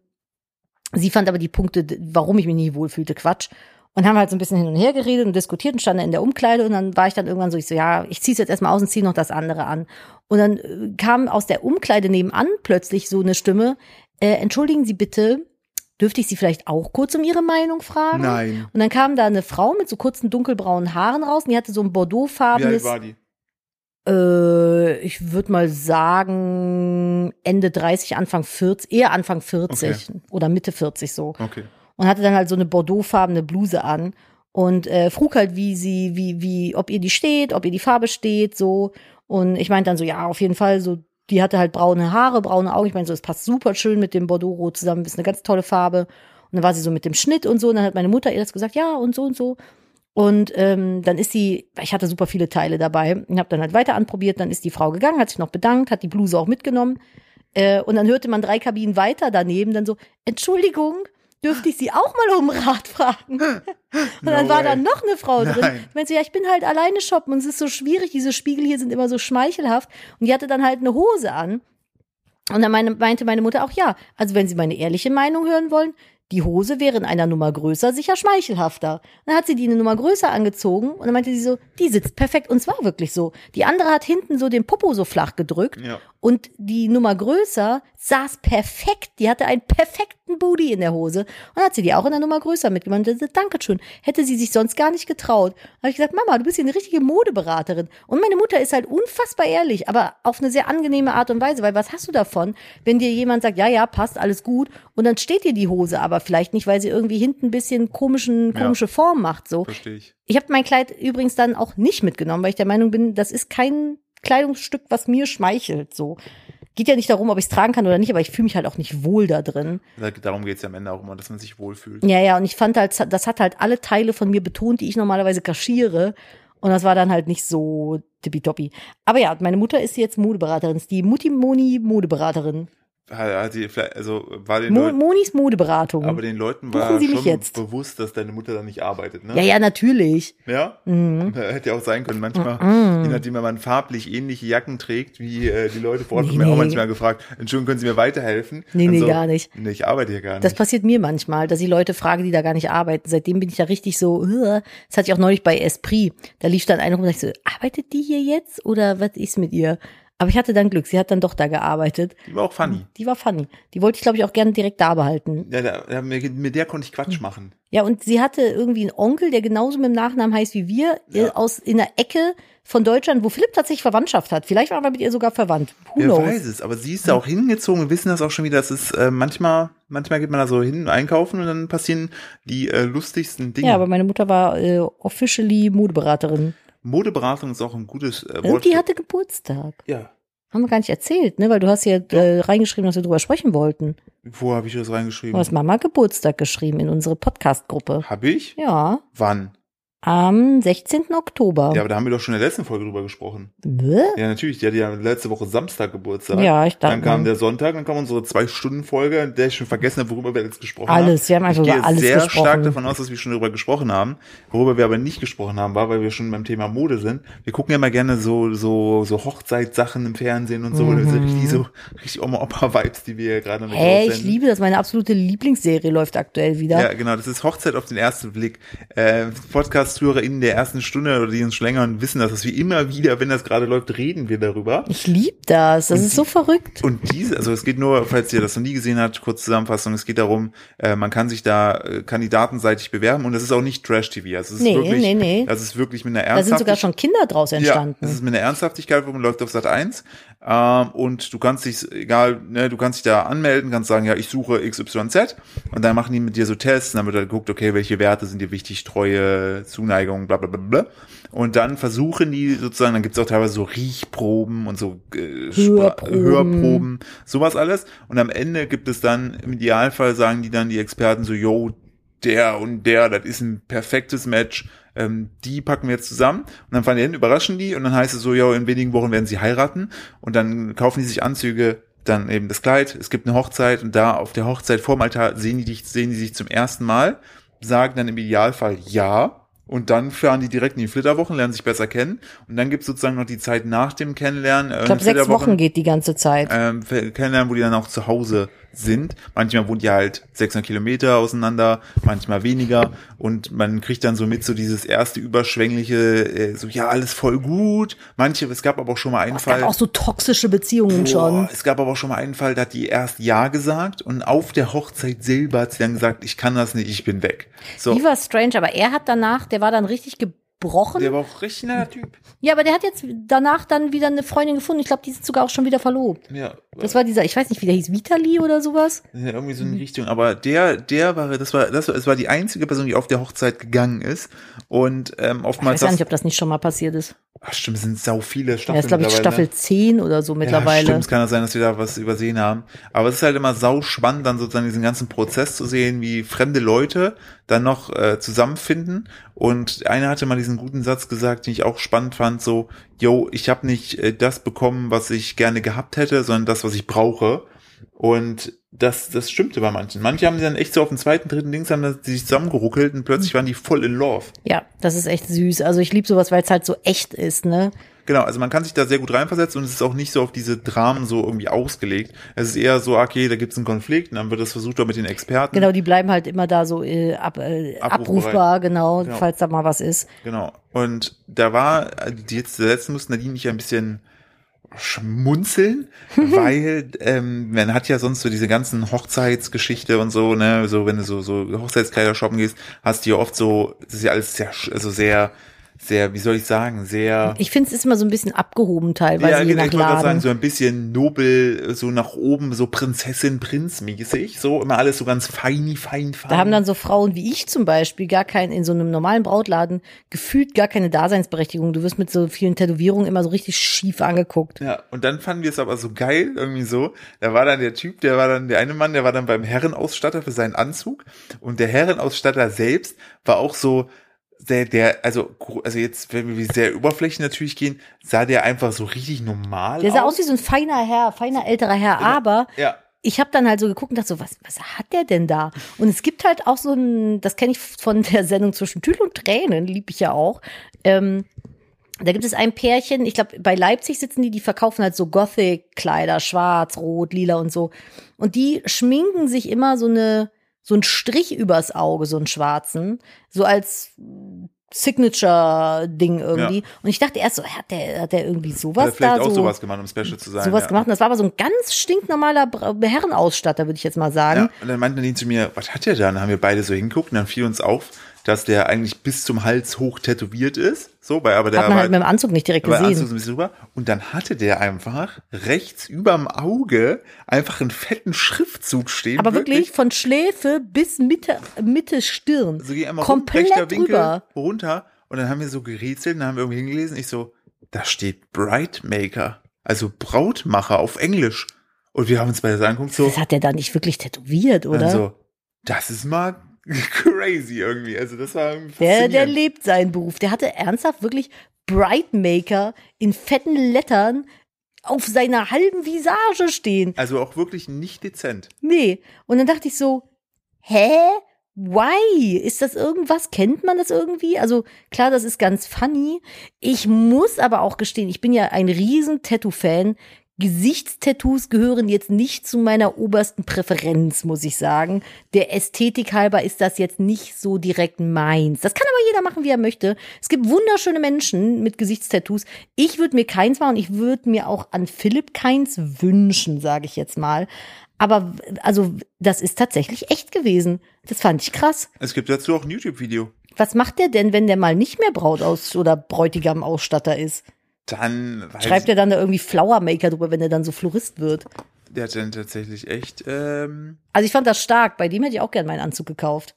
Speaker 2: sie fand aber die Punkte, d- warum ich mich nicht wohl fühlte, Quatsch. Und haben halt so ein bisschen hin und her geredet und diskutiert und standen in der Umkleide und dann war ich dann irgendwann so, ich so, ja, ich zieh's jetzt erstmal aus und zieh noch das andere an. Und dann äh, kam aus der Umkleide nebenan plötzlich so eine Stimme, äh, entschuldigen Sie bitte, dürfte ich Sie vielleicht auch kurz um Ihre Meinung fragen?
Speaker 1: Nein.
Speaker 2: Und dann kam da eine Frau mit so kurzen dunkelbraunen Haaren raus und die hatte so
Speaker 1: Wie
Speaker 2: ein
Speaker 1: alt
Speaker 2: Bordeaux-farbenes,
Speaker 1: war die?
Speaker 2: äh, ich würde mal sagen, Ende 30, Anfang 40, eher Anfang 40 oder Mitte 40 so
Speaker 1: Okay.
Speaker 2: und hatte dann halt so eine bordeauxfarbene Bluse an und äh, frug halt, wie sie, wie, wie, ob ihr die steht, ob ihr die Farbe steht, so. Und ich meinte dann so, ja, auf jeden Fall, so, die hatte halt braune Haare, braune Augen. Ich meine, so, es passt super schön mit dem Bordeaux-Rot zusammen, ist eine ganz tolle Farbe. Und dann war sie so mit dem Schnitt und so, und dann hat meine Mutter ihr das gesagt, ja, und so und so. Und ähm, dann ist sie, ich hatte super viele Teile dabei und habe dann halt weiter anprobiert. Dann ist die Frau gegangen, hat sich noch bedankt, hat die Bluse auch mitgenommen. Äh, und dann hörte man drei Kabinen weiter daneben dann so, Entschuldigung, dürfte ich Sie auch mal um Rat fragen? Und dann
Speaker 1: No way.
Speaker 2: war da noch eine Frau drin.
Speaker 1: Nein.
Speaker 2: Ich meinte so, ja, ich bin halt alleine shoppen und es ist so schwierig, diese Spiegel hier sind immer so schmeichelhaft. Und die hatte dann halt eine Hose an. Und dann meine, meinte meine Mutter auch, ja, also wenn Sie meine ehrliche Meinung hören wollen, die Hose wäre in einer Nummer größer sicher schmeichelhafter. Und dann hat sie die eine Nummer größer angezogen und dann meinte sie so, die sitzt perfekt. Und es war wirklich so. Die andere hat hinten so den Popo so flach gedrückt
Speaker 1: Ja.
Speaker 2: und die Nummer größer saß perfekt. Die hatte einen perfekten Booty in der Hose. Und dann hat sie die auch in der Nummer größer mitgemacht. Und gesagt, Dankeschön. Hätte sie sich sonst gar nicht getraut. Da habe ich gesagt, Mama, du bist hier eine richtige Modeberaterin. Und meine Mutter ist halt unfassbar ehrlich, aber auf eine sehr angenehme Art und Weise. Weil was hast du davon, wenn dir jemand sagt, ja, ja, passt, alles gut. Und dann steht dir die Hose aber vielleicht nicht, weil sie irgendwie hinten ein bisschen komischen,
Speaker 1: Ja.
Speaker 2: komische Form macht. So.
Speaker 1: Verstehe ich.
Speaker 2: Ich habe mein Kleid übrigens dann auch nicht mitgenommen, weil ich der Meinung bin, das ist kein Kleidungsstück, was mir schmeichelt. So geht ja nicht darum, ob ich es tragen kann oder nicht, aber ich fühle mich halt auch nicht wohl da drin.
Speaker 1: Da- Darum geht's ja am Ende auch immer, dass man sich wohlfühlt.
Speaker 2: Ja, ja. Und ich fand halt, das hat halt alle Teile von mir betont, die ich normalerweise kaschiere. Und das war dann halt nicht so tippitoppi. Aber ja, meine Mutter ist jetzt Modeberaterin, ist die Mutti Moni Modeberaterin.
Speaker 1: Hat, hat sie vielleicht, also war den
Speaker 2: Mo
Speaker 1: Leuten,
Speaker 2: Monis Modeberatung.
Speaker 1: aber den Leuten
Speaker 2: Buchen
Speaker 1: war
Speaker 2: Sie mich
Speaker 1: schon
Speaker 2: jetzt.
Speaker 1: bewusst, dass deine Mutter da nicht arbeitet, ne?
Speaker 2: ja, ja, natürlich.
Speaker 1: Ja?
Speaker 2: Mhm.
Speaker 1: Hätte ja auch sein können, manchmal,
Speaker 2: Mhm.
Speaker 1: je nachdem, wenn man farblich ähnliche Jacken trägt, wie äh, die Leute vor Ort,
Speaker 2: Nee,
Speaker 1: haben mir auch
Speaker 2: nee.
Speaker 1: manchmal gefragt, Entschuldigung, können Sie mir weiterhelfen?
Speaker 2: Nee,
Speaker 1: Und
Speaker 2: nee,
Speaker 1: so,
Speaker 2: gar nicht.
Speaker 1: Nee, ich arbeite hier gar nicht.
Speaker 2: Das passiert mir manchmal, dass ich Leute frage, die da gar nicht arbeiten. Seitdem bin ich da richtig so, "Ugh." das hatte ich auch neulich bei Esprit. Da lief dann einer rum und dachte ich so, arbeitet die hier jetzt oder was ist mit ihr? Aber ich hatte dann Glück, sie hat dann doch da gearbeitet.
Speaker 1: die war auch funny.
Speaker 2: Die war funny. Die wollte ich, glaube ich, auch gerne direkt da behalten.
Speaker 1: Ja, da, da, mit, mit der konnte ich
Speaker 2: Hm.
Speaker 1: Quatsch machen.
Speaker 2: Ja, und sie hatte irgendwie einen Onkel, der genauso mit dem Nachnamen heißt wie wir,
Speaker 1: Ja.
Speaker 2: äh, aus in der Ecke von Deutschland, wo Philipp tatsächlich Verwandtschaft hat. Vielleicht waren wir mit ihr sogar verwandt. Who
Speaker 1: Wer
Speaker 2: knows?
Speaker 1: weiß es, aber sie ist da auch hingezogen, wir wissen das auch schon wieder, das ist äh, manchmal, manchmal geht man da so hin einkaufen und dann passieren die äh, lustigsten Dinge.
Speaker 2: Ja, aber meine Mutter war äh, officially Modeberaterin.
Speaker 1: Modeberatung ist auch ein gutes äh, Wort.
Speaker 2: Und die
Speaker 1: für-
Speaker 2: hatte Geburtstag.
Speaker 1: ja.
Speaker 2: Haben wir gar nicht erzählt, ne? Weil du hast ja äh, reingeschrieben, dass wir drüber sprechen wollten.
Speaker 1: Wo habe ich das
Speaker 2: Du
Speaker 1: reingeschrieben?
Speaker 2: hast Mama Geburtstag geschrieben in unsere Podcast-Gruppe.
Speaker 1: Habe ich?
Speaker 2: Ja,
Speaker 1: Wann?
Speaker 2: am 16. Oktober.
Speaker 1: Ja, aber da haben wir doch schon in der letzten Folge drüber gesprochen.
Speaker 2: Hä?
Speaker 1: Ja, natürlich, die hatte ja letzte Woche Samstag Geburtstag.
Speaker 2: ja ich dachte,
Speaker 1: Dann kam der Sonntag, dann kam unsere Zwei-Stunden-Folge, in der ich schon vergessen habe, worüber wir jetzt gesprochen haben.
Speaker 2: alles. Wir haben einfach
Speaker 1: Ich gehe
Speaker 2: über alles
Speaker 1: sehr stark
Speaker 2: gesprochen.
Speaker 1: davon aus, dass wir schon darüber gesprochen haben. Worüber wir aber nicht gesprochen haben, war, weil wir schon beim Thema Mode sind. Wir gucken ja immer gerne so, so, so Hochzeitssachen im Fernsehen und so.
Speaker 2: Mhm.
Speaker 1: Das sind richtig so, richtig Oma-Opa-Vibes, die wir hier gerade mit
Speaker 2: Hey, ich
Speaker 1: aussenden.
Speaker 2: liebe das. Meine absolute Lieblingsserie läuft aktuell wieder.
Speaker 1: Ja, genau, das ist Hochzeit auf den ersten Blick. Äh, Podcast-HörerInnen der ersten Stunde oder die uns schon länger hören, wissen das, dass wir immer wieder, wenn das gerade läuft, reden wir darüber.
Speaker 2: Ich liebe das. Das
Speaker 1: Und
Speaker 2: ist so verrückt.
Speaker 1: Und diese, also es geht nur, falls ihr das noch nie gesehen habt, kurz Zusammenfassung, es geht darum, äh, man kann sich da äh, kandidatenseitig bewerben und das ist auch nicht Trash-TV. Also es ist
Speaker 2: Nee,
Speaker 1: wirklich,
Speaker 2: nee, nee.
Speaker 1: Das ist wirklich mit einer
Speaker 2: Da sind
Speaker 1: Ernsthaftigkeit.
Speaker 2: sogar schon Kinder draus
Speaker 1: Ja,
Speaker 2: entstanden.
Speaker 1: das ist mit einer Ernsthaftigkeit, wo man läuft auf Sat 1 ähm, und du kannst dich, egal, ne, du kannst dich da anmelden, kannst sagen, ja, ich suche XYZ und dann machen die mit dir so Tests und dann wird halt geguckt, okay, welche Werte sind dir wichtig, Treue, Zuneigung, bla bla bla bla. Und dann versuchen die sozusagen, dann gibt's auch teilweise so Riechproben und so äh, Spra-
Speaker 2: Hörproben.
Speaker 1: Hörproben, sowas alles. Und am Ende gibt es dann, im Idealfall sagen die dann die Experten so, yo, der und der, das ist ein perfektes Match. Ähm, die packen wir jetzt zusammen und dann fahren die hin, überraschen die und dann heißt es so, ja, in wenigen Wochen werden sie heiraten und dann kaufen die sich Anzüge, dann eben das Kleid, es gibt eine Hochzeit und da auf der Hochzeit vorm Altar sehen die dich, sehen die sich zum ersten Mal, sagen dann im Idealfall ja und dann fahren die direkt in die Flitterwochen, lernen sich besser kennen und dann gibt's sozusagen noch die Zeit nach dem Kennenlernen. äh,
Speaker 2: ich glaube, sechs Wochen geht die ganze Zeit.
Speaker 1: Ähm, Kennenlernen, wo die dann auch zu Hause sind. Manchmal wohnt ihr halt 600 Kilometer auseinander, manchmal weniger und man kriegt dann so mit so dieses erste überschwängliche, äh, so ja, alles voll gut. Manche, es gab aber auch schon mal einen
Speaker 2: Es
Speaker 1: Fall.
Speaker 2: gab auch so toxische Beziehungen schon.
Speaker 1: Boah, es gab aber auch schon mal einen Fall, da hat die erst Ja gesagt und auf der Hochzeit selber hat sie dann gesagt, ich kann das nicht, ich bin weg. So,
Speaker 2: Die war strange, aber er hat danach, der war dann richtig gebrochen.
Speaker 1: der war auch richtig netter Typ.
Speaker 2: ja, aber der hat jetzt danach dann wieder eine Freundin gefunden. Ich glaube, die sind sogar auch schon wieder verlobt.
Speaker 1: Ja,
Speaker 2: Das war dieser, ich weiß nicht, wie der hieß, Vitali oder sowas.
Speaker 1: Ja, irgendwie
Speaker 2: Mhm.
Speaker 1: so in die Richtung. Aber der, der war, das war, das war, es war die einzige Person, die auf der Hochzeit gegangen ist. Und ähm,
Speaker 2: Ich weiß
Speaker 1: oftmals
Speaker 2: gar
Speaker 1: das.
Speaker 2: nicht, ob das nicht schon mal passiert ist.
Speaker 1: Ach, stimmt, es sind sau viele
Speaker 2: Ja,
Speaker 1: Staffeln.
Speaker 2: das ist, glaube ich,
Speaker 1: mittlerweile,
Speaker 2: Staffel
Speaker 1: ne?
Speaker 2: 10 oder so
Speaker 1: Ja,
Speaker 2: mittlerweile.
Speaker 1: stimmt, es kann ja sein, dass wir da was übersehen haben. Aber es ist halt immer sau spannend, dann sozusagen diesen ganzen Prozess zu sehen, wie fremde Leute dann noch äh, zusammenfinden. Und einer hatte mal diesen guten Satz gesagt, den ich auch spannend fand, so, yo, ich habe nicht äh, das bekommen, was ich gerne gehabt hätte, sondern das, was ich brauche. Und das, das stimmte bei manchen. Manche haben dann echt so auf dem zweiten, dritten Dings haben dann sich zusammengeruckelt und plötzlich waren die voll in Love.
Speaker 2: Ja, das ist echt süß. Also ich liebe sowas, weil es halt so echt ist, ne?
Speaker 1: Genau, also man kann sich da sehr gut reinversetzen und es ist auch nicht so auf diese Dramen so irgendwie ausgelegt. Es ist eher so, okay, da gibt's einen Konflikt und dann wird das versucht auch mit den Experten.
Speaker 2: Genau, die bleiben halt immer da so äh, ab, äh,
Speaker 1: Abrufbereit.
Speaker 2: abrufbar, genau,
Speaker 1: Genau.
Speaker 2: falls da mal was ist.
Speaker 1: Genau. Und da war, äh, die jetzt zuletzt mussten Nadine nicht ein bisschen schmunzeln, weil ähm, man hat ja sonst so diese ganzen Hochzeitsgeschichte und so, ne, so wenn du so, so Hochzeitskleider shoppen gehst, hast du ja oft so, das ist ja alles sehr, sch- also sehr, sehr, wie soll ich sagen, sehr.
Speaker 2: Ich finde es ist immer so ein bisschen abgehoben teilweise, je
Speaker 1: genau,
Speaker 2: nach
Speaker 1: ich wollte gerade sagen,
Speaker 2: Laden.
Speaker 1: so ein bisschen nobel, so nach oben, so Prinzessin, Prinz mäßig, so immer alles so ganz feini, fein, fein.
Speaker 2: da haben dann so Frauen wie ich zum Beispiel gar kein, in so einem normalen Brautladen gefühlt gar keine Daseinsberechtigung. Du wirst mit so vielen Tätowierungen immer so richtig schief angeguckt.
Speaker 1: ja, und dann fanden wir es aber so geil, irgendwie so. Da war dann der Typ, der war dann, der eine Mann, der war dann beim Herrenausstatter für seinen Anzug. Und der Herrenausstatter selbst war auch so, der, der, also, gro- also jetzt, wenn wir sehr oberflächlich natürlich gehen, sah der einfach so richtig normal
Speaker 2: Der sah aus
Speaker 1: aus.
Speaker 2: wie so ein feiner Herr, feiner älterer Herr, aber
Speaker 1: ja.
Speaker 2: ich habe dann halt so geguckt und dachte so, was, was hat der denn da? Und es gibt halt auch so ein, das kenne ich von der Sendung zwischen Tüll und Tränen, lieb ich ja auch. Ähm, da gibt es ein Pärchen, ich glaube, bei Leipzig sitzen die, die verkaufen halt so Gothic-Kleider, schwarz, rot, lila und so. Und die schminken sich immer so eine, so einen Strich übers Auge, so einen schwarzen, so als Signature-Ding irgendwie. Und ich dachte erst so, hat der, hat der irgendwie
Speaker 1: Hat
Speaker 2: sowas
Speaker 1: er vielleicht
Speaker 2: da
Speaker 1: auch
Speaker 2: so?
Speaker 1: sowas gemacht, um special zu sein.
Speaker 2: sowas
Speaker 1: ja.
Speaker 2: gemacht. Und das war aber so ein ganz stinknormaler Bra- Herrenausstatter, würde ich jetzt mal sagen.
Speaker 1: Ja, und dann meinte Nadine zu mir, was hat der da? Und dann haben wir beide so hingeguckt und dann fiel uns auf, dass der eigentlich bis zum Hals hoch tätowiert ist. So, weil aber der
Speaker 2: Hat man
Speaker 1: war-
Speaker 2: halt mit dem Anzug nicht direkt
Speaker 1: aber der Anzug
Speaker 2: gesehen.
Speaker 1: so ein bisschen rüber. Und dann hatte der einfach rechts überm Auge einfach einen fetten Schriftzug stehen.
Speaker 2: Aber wirklich von Schläfe bis Mitte, Mitte Stirn.
Speaker 1: So ging Also einmal rum, rechter
Speaker 2: komplett
Speaker 1: Winkel
Speaker 2: drüber.
Speaker 1: runter. Und dann haben wir so gerätselt und dann haben wir irgendwie hingelesen. Ich so, da steht Brightmaker, also Brautmacher auf Englisch. Und wir haben uns beide so angeguckt, so,
Speaker 2: Das hat der da nicht wirklich tätowiert, oder?
Speaker 1: Dann so, das ist mal crazy irgendwie. Also das war irgendwie
Speaker 2: der, der
Speaker 1: faszinierend.
Speaker 2: lebt seinen Beruf. Der hatte ernsthaft wirklich Brightmaker in fetten Lettern auf seiner halben Visage stehen.
Speaker 1: also auch wirklich nicht dezent.
Speaker 2: Nee. Und dann dachte ich so, hä? Why? Ist das irgendwas? Kennt man das irgendwie? Also klar, das ist ganz funny. Ich muss aber auch gestehen, ich bin ja ein riesen Tattoo-Fan. Gesichtstattoos gehören jetzt nicht zu meiner obersten Präferenz, muss ich sagen. Der Ästhetik halber ist das jetzt nicht so direkt meins. Das kann aber jeder machen, wie er möchte. Es gibt wunderschöne Menschen mit Gesichtstattoos. Ich würde mir keins machen und ich würde mir auch an Philipp keins wünschen, sage ich jetzt mal. Aber also, das ist tatsächlich echt gewesen. Das fand ich krass.
Speaker 1: Es gibt dazu auch ein YouTube-Video.
Speaker 2: Was macht der denn, wenn der mal nicht mehr Braut aus oder Bräutigam Ausstatter ist?
Speaker 1: Dann weiß
Speaker 2: Schreibt er dann da irgendwie Flower Maker drüber, wenn er dann so Florist wird?
Speaker 1: ich, der hat dann tatsächlich echt. Ähm,
Speaker 2: Also ich fand das stark. Bei dem hätte ich auch gern meinen Anzug gekauft.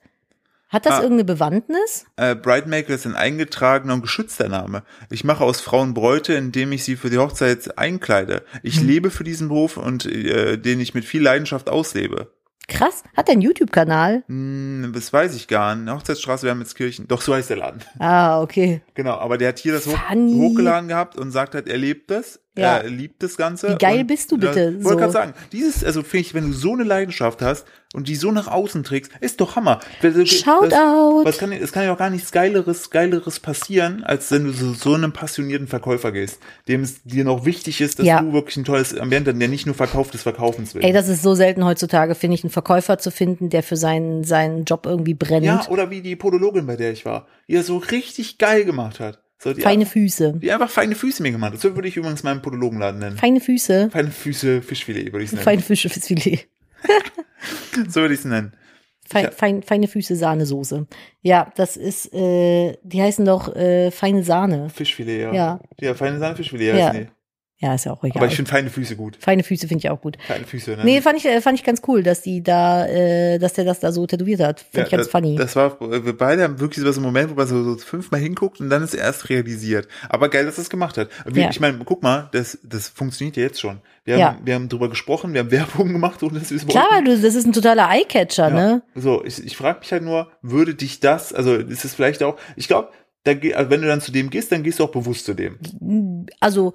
Speaker 2: Hat das
Speaker 1: Ah.
Speaker 2: irgendeine Bewandtnis?
Speaker 1: äh, Brightmaker ist ein eingetragener und geschützter Name. Ich mache aus Frauen Bräute, indem ich sie für die Hochzeit einkleide. Ich
Speaker 2: Hm.
Speaker 1: lebe für diesen Beruf und äh, den ich mit viel Leidenschaft auslebe.
Speaker 2: Krass. Hat der einen YouTube-Kanal?
Speaker 1: Hm, das weiß ich gar nicht. Hochzeitsstraße Wermelskirchen. Doch, so heißt der Laden.
Speaker 2: Ah, okay.
Speaker 1: Genau, aber der hat hier das hoch,
Speaker 2: Funny.
Speaker 1: hochgeladen gehabt und sagt halt, er lebt das.
Speaker 2: Ja.
Speaker 1: Er liebt das Ganze.
Speaker 2: Wie geil bist du bitte?
Speaker 1: Ich wollte
Speaker 2: So.
Speaker 1: gerade sagen, dieses, also finde ich, wenn du so eine Leidenschaft hast und die so nach außen trägst, ist doch Hammer. Wer- wer-
Speaker 2: Shout
Speaker 1: was,
Speaker 2: out.
Speaker 1: Was kann, es kann ja auch gar nichts Geileres, Geileres passieren, als wenn du so, so einem passionierten Verkäufer gehst, dem es dir noch wichtig ist, dass
Speaker 2: Ja.
Speaker 1: du wirklich ein tolles Ambiente, der nicht nur verkauft des Verkaufens will.
Speaker 2: Ey, das ist so selten heutzutage, finde ich, einen Verkäufer zu finden, der für seinen, seinen Job irgendwie brennt.
Speaker 1: ja, oder wie die Podologin, bei der ich war, die das so richtig geil gemacht hat. So, die,
Speaker 2: Feine Füße.
Speaker 1: die einfach feine Füße mir gemacht hat. So würde ich übrigens meinen Podologenladen nennen.
Speaker 2: Feine Füße.
Speaker 1: Feine Füße, Fischfilet würde ich es nennen.
Speaker 2: Feine Fische fürs Filet.
Speaker 1: So würde ich es nennen.
Speaker 2: Fein,
Speaker 1: Ja.
Speaker 2: fein, feine Füße Sahnesoße. Ja, das ist, äh, die heißen doch äh, feine Sahne.
Speaker 1: Fischfilet, ja.
Speaker 2: Ja.
Speaker 1: Ja, feine Sahne Fischfilet
Speaker 2: Ja.
Speaker 1: heißt nee.
Speaker 2: Ja, ist ja auch
Speaker 1: Aber
Speaker 2: egal.
Speaker 1: ich finde feine Füße gut.
Speaker 2: Feine Füße finde ich auch gut.
Speaker 1: Feine Füße, ne?
Speaker 2: Nee, fand ich, äh, fand ich ganz cool, dass die da, äh, dass der das da so tätowiert hat. Finde ich ganz
Speaker 1: das,
Speaker 2: funny.
Speaker 1: Das war, wir beide haben wirklich so was im Moment, wo man so, so fünfmal hinguckt und dann ist er erst realisiert. Aber geil, dass er es gemacht hat. Wie,
Speaker 2: Ja.
Speaker 1: Ich meine, guck mal, das, das funktioniert ja jetzt schon. Wir haben,
Speaker 2: Ja.
Speaker 1: wir haben drüber gesprochen, wir haben Werbung gemacht, ohne dass wir es
Speaker 2: Klar,
Speaker 1: wollten.
Speaker 2: weil du, das ist ein totaler Eyecatcher, ne?
Speaker 1: Ja. So, ich, ich frage mich halt nur, würde dich das, also ist es vielleicht auch, ich glaube, da, geh- also wenn du dann zu dem gehst, dann gehst du auch bewusst zu dem.
Speaker 2: Also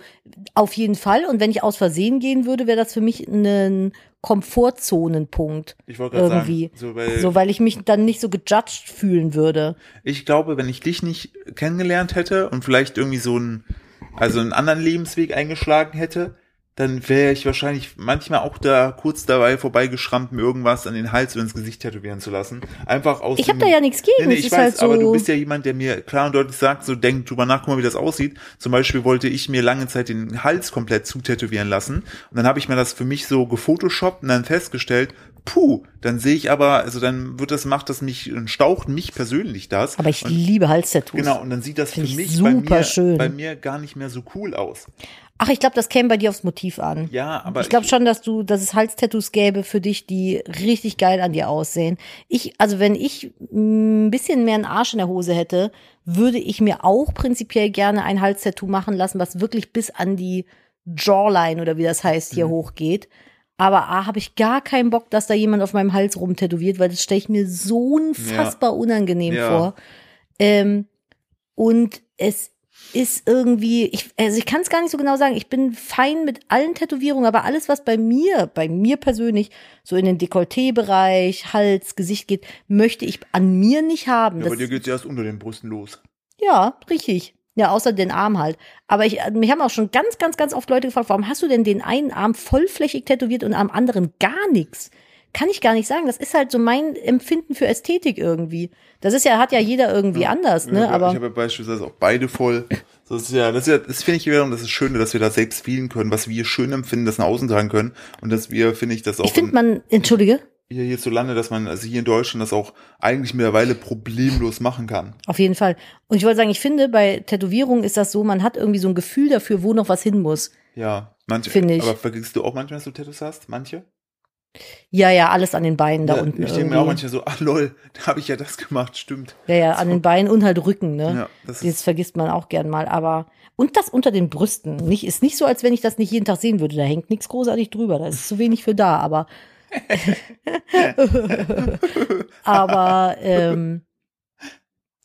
Speaker 2: auf jeden Fall. Und wenn ich aus Versehen gehen würde, wäre das für mich ein Komfortzonenpunkt.
Speaker 1: Ich wollte gerade
Speaker 2: Irgendwie.
Speaker 1: sagen, so, weil,
Speaker 2: So, weil ich mich dann nicht so gejudged fühlen würde.
Speaker 1: ich glaube, wenn ich dich nicht kennengelernt hätte und vielleicht irgendwie so einen, also einen anderen Lebensweg eingeschlagen hätte, dann wäre ich wahrscheinlich manchmal auch da kurz dabei vorbeigeschrammt, mir irgendwas an den Hals oder ins Gesicht tätowieren zu lassen. Einfach aus
Speaker 2: Ich habe
Speaker 1: dem-
Speaker 2: da ja nichts gegen.
Speaker 1: Nee, nee,
Speaker 2: es
Speaker 1: ich
Speaker 2: ist
Speaker 1: weiß,
Speaker 2: halt so.
Speaker 1: aber du bist ja jemand, der mir klar und deutlich sagt, so denk drüber nach, guck mal, wie das aussieht. Zum Beispiel wollte ich mir lange Zeit den Hals komplett zutätowieren lassen und dann habe ich mir das für mich so gefotoshoppt und dann festgestellt, puh, dann sehe ich aber, also dann wird das, macht das mich, staucht mich persönlich das.
Speaker 2: aber ich
Speaker 1: und,
Speaker 2: liebe Halstattoos.
Speaker 1: Genau, und dann sieht das für
Speaker 2: Find ich
Speaker 1: mich bei
Speaker 2: super
Speaker 1: mir,
Speaker 2: schön.
Speaker 1: bei mir gar nicht mehr so cool aus.
Speaker 2: Ach, ich glaube, das käme bei dir aufs Motiv an.
Speaker 1: Ja, aber
Speaker 2: ich glaube schon, dass du, dass es Halstattoos gäbe für dich, die richtig geil an dir aussehen. Ich, also wenn ich mm, ein bisschen mehr einen Arsch in der Hose hätte, würde ich mir auch prinzipiell gerne ein Halstattoo machen lassen, was wirklich bis an die Jawline oder wie das heißt hier
Speaker 1: Mhm.
Speaker 2: hochgeht. Aber A, habe ich gar keinen Bock, dass da jemand auf meinem Hals rumtätowiert, weil das stelle ich mir so unfassbar unangenehm
Speaker 1: Ja.
Speaker 2: vor. Ähm, und es ist irgendwie, ich, also ich kann es gar nicht so genau sagen, ich bin fein mit allen Tätowierungen, aber alles, was bei mir, bei mir persönlich, so in den Dekolleté-Bereich, Hals, Gesicht geht, möchte ich an mir nicht haben.
Speaker 1: ja,
Speaker 2: Das-
Speaker 1: bei dir geht's erst unter den Brüsten los.
Speaker 2: ja, richtig. Ja, außer den Arm halt. Aber ich, mich haben auch schon ganz, ganz, ganz oft Leute gefragt, warum hast du denn den einen Arm vollflächig tätowiert und am anderen gar nichts? Kann ich gar nicht sagen. Das ist halt so mein Empfinden für Ästhetik irgendwie. Das ist ja, hat ja jeder irgendwie anders, ne?
Speaker 1: Ja,
Speaker 2: aber
Speaker 1: ich habe ja beispielsweise auch beide voll. Das ist ja, das, ist ja, das finde ich wiederum, das ist schön, dass wir da selbst wählen können, was wir schön empfinden, das nach außen tragen können und dass wir, finde ich, das auch
Speaker 2: ich finde
Speaker 1: in-
Speaker 2: man, entschuldige,
Speaker 1: hier hierzulande, dass man also hier in Deutschland das auch eigentlich mittlerweile problemlos machen kann.
Speaker 2: Auf jeden Fall. Und ich wollte sagen, ich finde, bei Tätowierungen ist das so, man hat irgendwie so ein Gefühl dafür, wo noch was hin muss.
Speaker 1: Ja, manche.
Speaker 2: Finde ich.
Speaker 1: Aber vergisst du auch manchmal, dass du Tattoos hast? Manche?
Speaker 2: Ja, ja, alles an den Beinen da
Speaker 1: ja,
Speaker 2: unten.
Speaker 1: Ich denke mir auch
Speaker 2: irgendwie.
Speaker 1: manchmal so, ah lol, da habe ich ja das gemacht, stimmt.
Speaker 2: ja, ja, an den Beinen und halt Rücken, ne?
Speaker 1: Ja, das
Speaker 2: Das
Speaker 1: ist,
Speaker 2: vergisst man auch gern mal, aber. Und das unter den Brüsten. Nicht, ist nicht so, als wenn ich das nicht jeden Tag sehen würde. Da hängt nichts großartig drüber. Da ist zu wenig für da, aber. aber, ähm,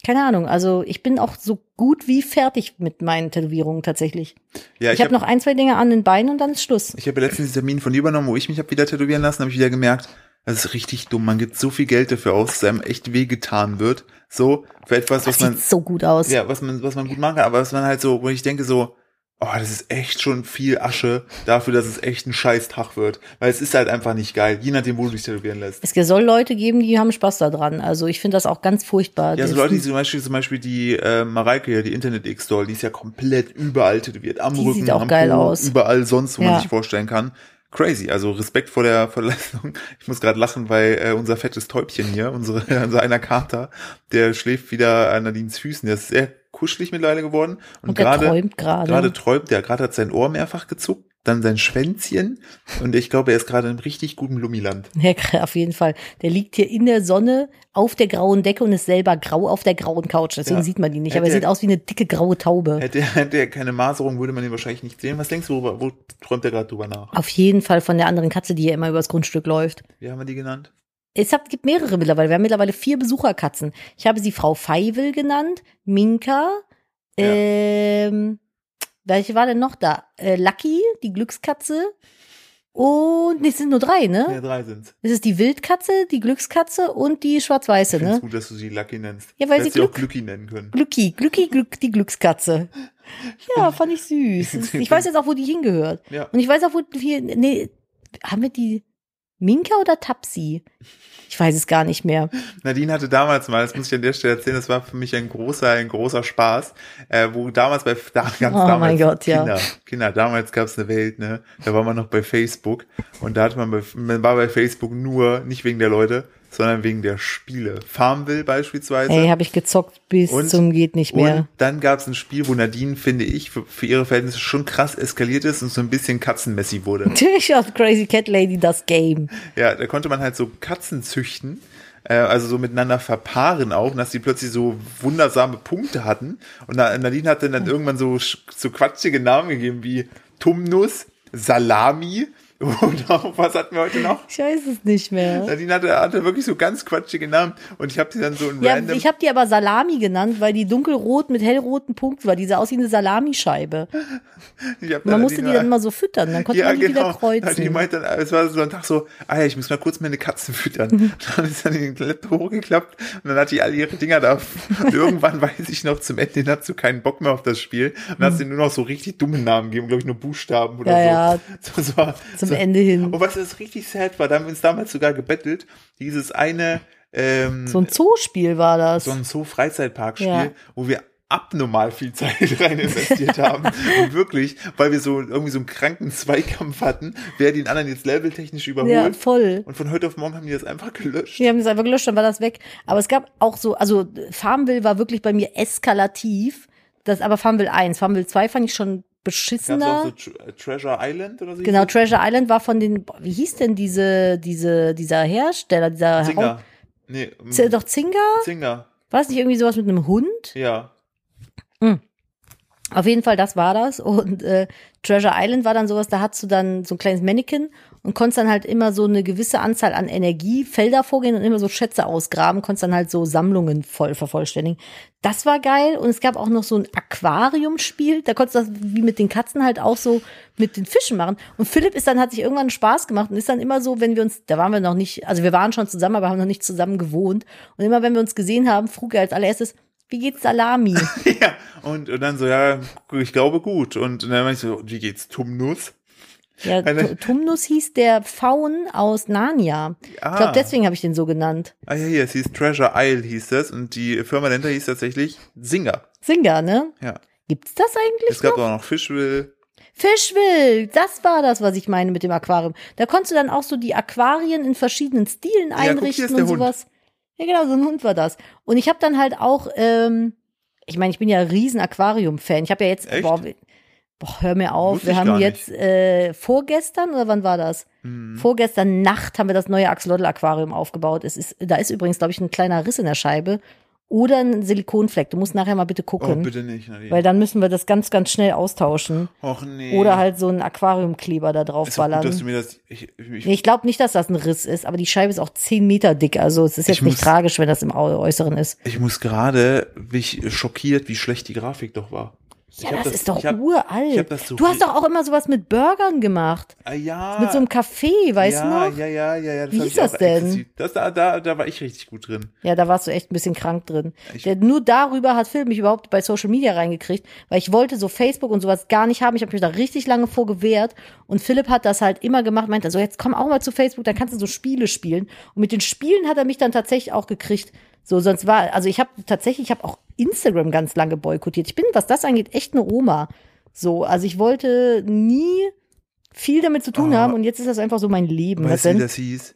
Speaker 2: keine Ahnung. Also, ich bin auch so gut wie fertig mit meinen Tätowierungen tatsächlich.
Speaker 1: ja,
Speaker 2: ich habe noch ein, zwei Dinge an den Beinen und dann ist Schluss.
Speaker 1: Ich habe ja letztens den Termin von dir übernommen, wo ich mich habe wieder tätowieren lassen, habe ich wieder gemerkt, das ist richtig dumm. Man gibt so viel Geld dafür aus, dass einem echt wehgetan wird. So, für etwas, was
Speaker 2: Das
Speaker 1: man,
Speaker 2: sieht so gut aus.
Speaker 1: ja, was man, was man gut machen kann, aber was man halt so, wo ich denke so, oh, das ist echt schon viel Asche dafür, dass es echt ein scheiß Tag wird. Weil es ist halt einfach nicht geil, je nachdem, wo du dich tätowieren lässt.
Speaker 2: Es soll Leute geben, die haben Spaß daran. Also ich finde das auch ganz furchtbar.
Speaker 1: Ja, so
Speaker 2: Das-
Speaker 1: Leute, die zum Beispiel, zum Beispiel die äh, Mareike, ja, die Internet-X-Doll, die ist ja komplett überall tätowiert. Am
Speaker 2: Die
Speaker 1: Rücken,
Speaker 2: sieht auch
Speaker 1: am
Speaker 2: geil
Speaker 1: Po,
Speaker 2: aus.
Speaker 1: überall sonst, wo
Speaker 2: Ja.
Speaker 1: man sich vorstellen kann. Crazy, also Respekt vor der, vor der Leistung. Ich muss gerade lachen, weil äh, unser fettes Täubchen hier, unsere, unser einer Kater, der schläft wieder an Nadines Füßen. Der ist sehr kuschelig mittlerweile geworden. Und,
Speaker 2: und der
Speaker 1: gerade
Speaker 2: träumt gerade.
Speaker 1: gerade träumt der, gerade hat sein Ohr mehrfach gezuckt, dann sein Schwänzchen. Und ich glaube, er ist gerade in richtig gutem Lummiland.
Speaker 2: Ja, klar, auf jeden Fall. Der liegt hier in der Sonne auf der grauen Decke und ist selber grau auf der grauen Couch. Deswegen
Speaker 1: Ja.
Speaker 2: sieht man die nicht.
Speaker 1: Hätte
Speaker 2: Aber er sieht
Speaker 1: er-
Speaker 2: aus wie eine dicke graue Taube.
Speaker 1: Hätte, er- hätte er keine Maserung, würde man ihn wahrscheinlich nicht sehen. Was denkst du, worüber, wo träumt er gerade drüber nach?
Speaker 2: Auf jeden Fall von der anderen Katze, die hier immer übers Grundstück läuft.
Speaker 1: Wie haben wir die genannt?
Speaker 2: Es hat, gibt mehrere mittlerweile. Wir haben mittlerweile vier Besucherkatzen. Ich habe sie Frau Feivel genannt, Minka,
Speaker 1: Ja.
Speaker 2: ähm, Welche war denn noch da? Äh, Lucky, die Glückskatze. Und, nee, es sind nur drei, ne?
Speaker 1: Ja, drei sind's.
Speaker 2: Es ist die Wildkatze, die Glückskatze und die
Speaker 1: Ich
Speaker 2: schwarz-weiße,
Speaker 1: finde es
Speaker 2: ne?
Speaker 1: gut, dass du sie Lucky nennst.
Speaker 2: Ja, weil
Speaker 1: Hättest
Speaker 2: sie
Speaker 1: du
Speaker 2: Glück-
Speaker 1: auch Glücky nennen können.
Speaker 2: Glücki, Glücki, Glück, die Glückskatze. Ja, fand ich süß. Ich weiß jetzt auch, wo die hingehört.
Speaker 1: Ja.
Speaker 2: Und ich weiß auch, wo wir, nee, haben wir die Minka oder Tapsi? Ich weiß es gar nicht mehr.
Speaker 1: Nadine hatte damals mal, das muss ich an der Stelle erzählen, das war für mich ein großer, ein großer Spaß, äh, wo damals bei da, ganz
Speaker 2: Oh
Speaker 1: damals,
Speaker 2: mein Gott, ja.
Speaker 1: Kinder, Kinder, damals gab's eine Welt, ne? Da war man noch bei Facebook und da hat man bei, man war bei Facebook nur, nicht wegen der Leute, sondern wegen der Spiele. Farmville beispielsweise.
Speaker 2: Ey, habe ich gezockt bis
Speaker 1: Also Und-
Speaker 2: zum geht nicht mehr.
Speaker 1: Und dann gab es ein Spiel, wo Nadine, finde ich, für, für ihre Verhältnisse schon krass eskaliert ist und so ein bisschen katzenmessi wurde.
Speaker 2: Natürlich hat Crazy Cat Lady das Game.
Speaker 1: Ja, da konnte man halt so Katzen züchten, äh, also so miteinander verpaaren auch, und dass die plötzlich so wundersame Punkte hatten. Und Na- Nadine hat dann, dann irgendwann so, sch- so quatschige Namen gegeben wie Tumnus, Salami und auch, was hatten wir heute noch?
Speaker 2: Ich weiß es nicht mehr.
Speaker 1: Nadine hatte, hatte wirklich so ganz quatschige Namen und ich habe sie dann so in
Speaker 2: Ja,
Speaker 1: random...
Speaker 2: ich habe die aber Salami genannt, weil die dunkelrot mit hellroten Punkten war. Diese aussieht wie eine Salamischeibe.
Speaker 1: ich hab
Speaker 2: Man musste die
Speaker 1: Nadine-
Speaker 2: dann mal so füttern, dann konnte man die
Speaker 1: genau.
Speaker 2: wieder
Speaker 1: Also Die
Speaker 2: kreuzen.
Speaker 1: meint dann, es war so ein Tag so, ah ja, ich muss mal kurz meine Katzen füttern.
Speaker 2: Mhm.
Speaker 1: Und dann ist dann die Laptop hochgeklappt und dann hat die alle ihre Dinger da. Und irgendwann weiß ich noch, zum Ende hin hat so keinen Bock mehr auf das Spiel. Und hat sie nur noch so richtig dumme Namen gegeben, glaube ich, nur Buchstaben oder
Speaker 2: Mhm. Ja, ja.
Speaker 1: so. so, so, so.
Speaker 2: Zum Ende hin.
Speaker 1: Und was das richtig sad war, da haben wir uns damals sogar gebettelt, dieses eine, ähm,
Speaker 2: So ein Zoospiel war das.
Speaker 1: so ein Zoo-Freizeitparkspiel,
Speaker 2: Ja.
Speaker 1: wo wir abnormal viel Zeit rein investiert haben. Und wirklich, weil wir so irgendwie so einen kranken Zweikampf hatten, wer den anderen jetzt leveltechnisch
Speaker 2: ja,
Speaker 1: überholt.
Speaker 2: voll.
Speaker 1: Und von heute auf morgen haben die das einfach gelöscht.
Speaker 2: Die haben das einfach gelöscht, dann war das weg. Aber es gab auch so, also Farmville war wirklich bei mir eskalativ. Das aber Farmville 1, Farmville 2 fand ich schon
Speaker 1: Gab es
Speaker 2: beschissener.
Speaker 1: auch so Tr- äh, Treasure Island oder so?
Speaker 2: Genau, Treasure Island war von den, boah, wie hieß denn diese, diese, dieser Hersteller, dieser
Speaker 1: Zinger. Nee,
Speaker 2: Hau- Z- doch Zinger?
Speaker 1: Zinger.
Speaker 2: War es nicht irgendwie sowas mit einem Hund?
Speaker 1: Ja.
Speaker 2: Auf jeden Fall, das war das. Und äh, Treasure Island war dann sowas, da hattest du dann so ein kleines Mannequin und konntest dann halt immer so eine gewisse Anzahl an Energiefelder vorgehen und immer so Schätze ausgraben, konntest dann halt so Sammlungen voll vervollständigen. Das war geil. Und es gab auch noch so ein Aquariumspiel. Da konntest du das wie mit den Katzen halt auch so mit den Fischen machen. Und Philipp ist dann, hat sich irgendwann Spaß gemacht und ist dann immer so, wenn wir uns, da waren wir noch nicht, also wir waren schon zusammen, aber haben noch nicht zusammen gewohnt. Und immer wenn wir uns gesehen haben, frug er als allererstes, wie geht's Salami?
Speaker 1: ja. Und, und dann so, ja, ich glaube gut. Und dann meinte ich so, wie geht's? Tumnus?
Speaker 2: Ja,
Speaker 1: Eine-
Speaker 2: Tu- Tumnus hieß der Faun aus Narnia.
Speaker 1: Ah.
Speaker 2: Ich glaube, deswegen habe ich den so genannt.
Speaker 1: Ah ja, hier, es hieß Treasure Isle hieß das. Und die Firma dahinter hieß tatsächlich Singer.
Speaker 2: Singer, ne?
Speaker 1: Ja.
Speaker 2: Gibt's das eigentlich
Speaker 1: Es gab
Speaker 2: noch?
Speaker 1: auch noch Fishwill.
Speaker 2: Fischwild, das war das, was ich meine mit dem Aquarium. Da konntest du dann auch so die Aquarien in verschiedenen Stilen
Speaker 1: guck, hier
Speaker 2: einrichten
Speaker 1: ist der
Speaker 2: und
Speaker 1: Hund.
Speaker 2: sowas. Ja, genau, so ein Hund war das. Und ich habe dann halt auch, ähm, ich meine, ich bin ja ein riesen Aquarium-Fan. Ich habe ja jetzt,
Speaker 1: Echt?
Speaker 2: boah, wir- boah, hör mir auf,
Speaker 1: Wusste
Speaker 2: wir
Speaker 1: ich
Speaker 2: haben
Speaker 1: gar
Speaker 2: jetzt äh, vorgestern oder wann war das?
Speaker 1: Hm. Mhm.
Speaker 2: Vorgestern Nacht haben wir das neue Axolotl-Aquarium aufgebaut. Es ist, da ist übrigens, glaube ich, ein kleiner Riss in der Scheibe oder ein Silikonfleck. Du musst nachher mal bitte
Speaker 1: Oh,
Speaker 2: gucken,
Speaker 1: bitte nicht, Nadine.
Speaker 2: weil dann müssen wir das ganz, ganz schnell austauschen.
Speaker 1: Och nee.
Speaker 2: Oder halt so einen Aquariumkleber da
Speaker 1: Ist doch gut,
Speaker 2: draufballern.
Speaker 1: dass du mir das. Ich, ich,
Speaker 2: Nee, ich glaube nicht, dass das ein Riss ist, aber die Scheibe ist auch 10 Meter dick. Also es
Speaker 1: Ich
Speaker 2: ist jetzt nicht
Speaker 1: muss-
Speaker 2: tragisch, wenn das im Au- Äußeren ist.
Speaker 1: ich muss gerade mich schockiert, wie schlecht die Grafik doch war.
Speaker 2: Ja,
Speaker 1: ich hab
Speaker 2: das, ist doch
Speaker 1: ich hab,
Speaker 2: uralt.
Speaker 1: ich hab das so
Speaker 2: du hast
Speaker 1: viel-
Speaker 2: doch auch immer sowas mit Burgern gemacht.
Speaker 1: Ah, ja.
Speaker 2: Mit so einem Kaffee, weißt
Speaker 1: ja,
Speaker 2: du noch? Ja.
Speaker 1: Ja, ja, ja, ja. Das
Speaker 2: Wie
Speaker 1: hab
Speaker 2: hieß
Speaker 1: ich auch
Speaker 2: das denn?
Speaker 1: exzessiv- Das, da, da, da war ich richtig gut drin.
Speaker 2: da warst du echt ein bisschen krank drin.
Speaker 1: Ich-
Speaker 2: Denn nur darüber hat Phil mich überhaupt bei Social Media reingekriegt, weil ich wollte so Facebook und sowas gar nicht haben. Ich habe mich da richtig lange vor gewehrt. Und Philipp hat das halt immer gemacht, meinte so, jetzt komm auch mal zu Facebook, dann kannst du so Spiele spielen. Und mit den Spielen hat er mich dann tatsächlich auch gekriegt. So, sonst war, also ich habe tatsächlich, ich habe auch Instagram ganz lange boykottiert. Ich bin, was das angeht, echt eine Oma. So, also ich wollte nie viel damit zu tun
Speaker 1: Ah.
Speaker 2: haben und jetzt ist das einfach so mein Leben. Was
Speaker 1: Weißt du, wie
Speaker 2: denn?
Speaker 1: das hieß?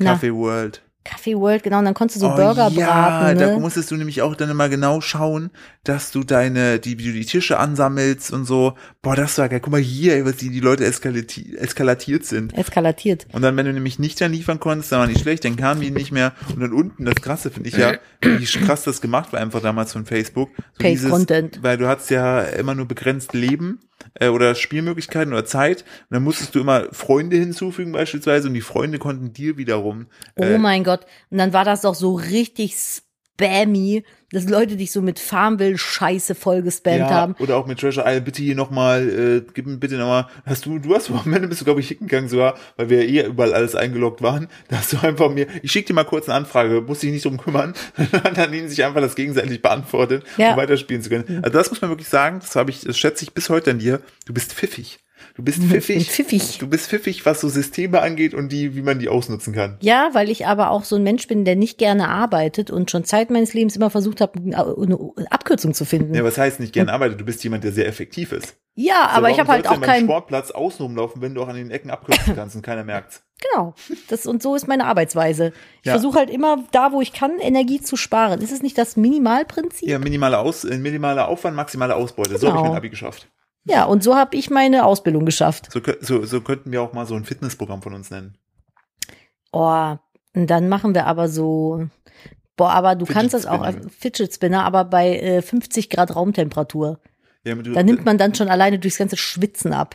Speaker 2: Na.
Speaker 1: Café World. Oh,
Speaker 2: Kaffee World, genau, und dann konntest du so Burger braten. Ne?
Speaker 1: da musstest du nämlich auch dann immer genau schauen, dass du deine, die, die, die Tische ansammelst und so. Boah, das war geil. Guck mal hier, ey, was die, die Leute eskalati eskalatiert sind.
Speaker 2: Eskalatiert.
Speaker 1: Und dann, wenn du nämlich nicht dann liefern konntest, dann war nicht schlecht, dann kamen die nicht mehr. Und dann unten, das Krasse finde ich ja, wie krass das gemacht war einfach damals von Facebook. So
Speaker 2: Paid Content.
Speaker 1: Weil du hattest ja immer nur begrenzt Leben äh, oder Spielmöglichkeiten oder Zeit. Und dann musstest du immer Freunde hinzufügen beispielsweise und die Freunde konnten dir wiederum. äh,
Speaker 2: Oh mein Gott. Und dann war das doch so richtig spammy, dass Leute dich so mit Farmville-Scheiße vollgespammt haben.
Speaker 1: Oder auch mit Treasure Isle, bitte hier nochmal, äh, gib mir bitte nochmal, hast du, du hast am Ende bist du, glaube ich, hingegangen sogar, weil wir ja eh überall alles eingeloggt waren, da hast du einfach mir, ich schick dir mal kurz eine Anfrage, muss dich nicht drum kümmern, dann haben die sich einfach das gegenseitig beantwortet,
Speaker 2: Ja. Mhm.
Speaker 1: um weiterspielen zu können. Also das muss man wirklich sagen, das habe ich, das schätze ich bis heute an dir, du bist pfiffig. Du bist pfiffig.
Speaker 2: pfiffig.
Speaker 1: Du bist pfiffig, was so Systeme angeht und die, wie man die ausnutzen kann.
Speaker 2: Ja, weil ich aber auch so ein Mensch bin, der nicht gerne arbeitet und schon Zeit meines Lebens immer versucht habe, eine Abkürzung zu finden.
Speaker 1: Ja,
Speaker 2: Ja,
Speaker 1: was heißt nicht gerne arbeitet? Du bist jemand, der sehr effektiv ist. So,
Speaker 2: Mhm. aber ich
Speaker 1: warum
Speaker 2: habe
Speaker 1: sollst
Speaker 2: halt
Speaker 1: du
Speaker 2: auch
Speaker 1: denn beim
Speaker 2: keinen.
Speaker 1: Sportplatz außen rumlaufen, wenn du auch an den Ecken abkürzen kannst und keiner merkt's.
Speaker 2: Genau. Das, und so ist meine Arbeitsweise. Ich
Speaker 1: Ja.
Speaker 2: versuche halt immer, da wo ich kann, Energie zu sparen. Ist es nicht das Minimalprinzip?
Speaker 1: Ja, minimaler, Aus, äh, minimaler Aufwand, maximale Ausbeute. So hab habe ich
Speaker 2: Genau.
Speaker 1: mein Abi geschafft.
Speaker 2: Ja, und so habe ich meine Ausbildung geschafft.
Speaker 1: So, kö- so, so könnten wir auch mal so ein Fitnessprogramm von uns nennen.
Speaker 2: Oh, und dann machen wir aber so. Boah, aber du
Speaker 1: Fidget
Speaker 2: kannst das auch,
Speaker 1: Spinner.
Speaker 2: Fidget Spinner, aber bei äh, 50 Grad Raumtemperatur.
Speaker 1: Ja, mit,
Speaker 2: Da nimmt man dann schon alleine durchs ganze Schwitzen ab.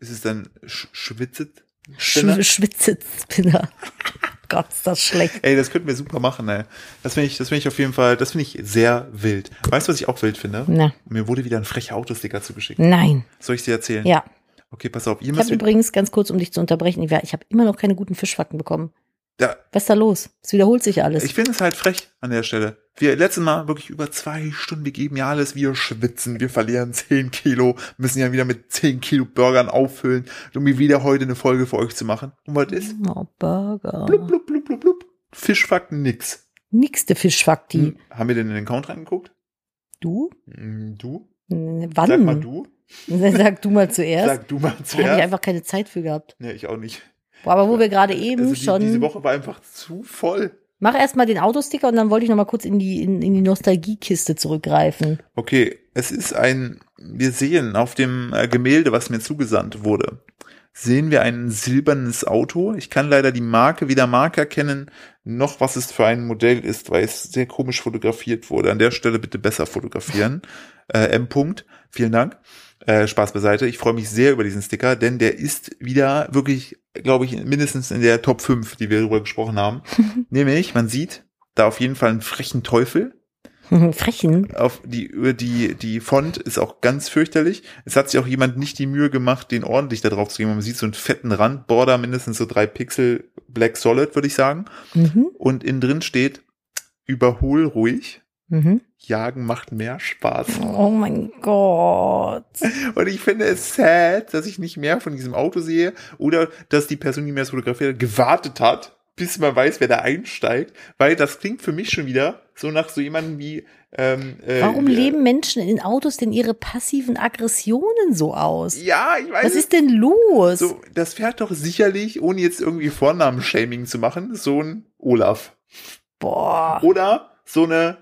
Speaker 1: ist es dann sch schwitzet? Spinner?
Speaker 2: Sch Schwitzet Spinner. Gott, ist das schlecht.
Speaker 1: Ey, das könnten wir super machen, ey. Das finde ich, das finde ich auf jeden Fall, das finde ich sehr wild. Weißt du, was ich auch wild finde?
Speaker 2: Na,
Speaker 1: Mir wurde wieder ein frecher Autosticker zugeschickt.
Speaker 2: nein.
Speaker 1: Soll ich dir erzählen?
Speaker 2: Ja.
Speaker 1: Okay, pass auf. Ihr
Speaker 2: Ich habe
Speaker 1: müsst,
Speaker 2: übrigens, ganz kurz, um dich zu unterbrechen, ich, war- ich habe immer noch keine guten Fischfacken bekommen.
Speaker 1: da,
Speaker 2: Was ist da los? Es wiederholt sich alles.
Speaker 1: Ich finde es halt frech an der Stelle. Wir letztes Mal wirklich über zwei Stunden, wir geben ja alles, wir schwitzen, wir verlieren 10 Kilo, müssen ja wieder mit 10 Kilo Burgern auffüllen, um mir wieder heute eine Folge für euch zu machen. Und was ist?
Speaker 2: oh, Burger.
Speaker 1: Blub, blub, blub, blub, blub. Fischfakten nix.
Speaker 2: Nixte Fischfakti.
Speaker 1: Hm. Haben wir denn in den Count reingeguckt?
Speaker 2: Du?
Speaker 1: Hm, Du?
Speaker 2: Hm,
Speaker 1: Sag mal
Speaker 2: Wann?
Speaker 1: du.
Speaker 2: Sag du mal zuerst.
Speaker 1: Sag du mal
Speaker 2: Da habe ich
Speaker 1: zuerst.
Speaker 2: einfach keine Zeit für gehabt.
Speaker 1: Nee, ich auch nicht.
Speaker 2: Boah, aber wo wir gerade eben
Speaker 1: also die,
Speaker 2: schon.
Speaker 1: Diese Woche war einfach zu voll.
Speaker 2: Mach erstmal den Autosticker und dann wollte ich noch mal kurz in die, in, in die Nostalgiekiste zurückgreifen.
Speaker 1: Okay, es ist ein, wir sehen auf dem äh, Gemälde, was mir zugesandt wurde, sehen wir ein silbernes Auto. Ich kann leider die Marke, weder Marke erkennen, noch was es für ein Modell ist, weil es sehr komisch fotografiert wurde. An der Stelle bitte besser fotografieren. äh, M. -Punkt. Vielen Dank. Äh, Spaß beiseite. Ich freue mich sehr über diesen Sticker, denn der ist wieder wirklich, glaube ich, mindestens in der Top 5, die wir darüber gesprochen haben. Nämlich, man sieht da auf jeden Fall einen frechen Teufel
Speaker 2: Frechen.
Speaker 1: auf die, die, die Font ist auch ganz fürchterlich. Es hat sich auch jemand nicht die Mühe gemacht, den ordentlich da drauf zu geben. Man sieht so einen fetten Rand, Border, mindestens so drei Pixel, Black Solid, würde ich sagen.
Speaker 2: Mhm,
Speaker 1: Und innen drin steht, überhol ruhig.
Speaker 2: mhm.
Speaker 1: Jagen macht mehr Spaß.
Speaker 2: Oh mein Gott.
Speaker 1: Und ich finde es sad, dass ich nicht mehr von diesem Auto sehe oder dass die Person, die mir das fotografiert hat, gewartet hat, bis man weiß, wer da einsteigt, weil das klingt für mich schon wieder so nach so jemandem wie. Ähm, äh,
Speaker 2: Warum
Speaker 1: äh,
Speaker 2: leben Menschen in Autos denn ihre passiven Aggressionen so aus?
Speaker 1: Ja, ich weiß
Speaker 2: Was
Speaker 1: es
Speaker 2: ist denn los?
Speaker 1: So, das fährt doch sicherlich, ohne jetzt irgendwie Vornamen-Shaming zu machen, so ein Olaf.
Speaker 2: Boah.
Speaker 1: Oder so eine,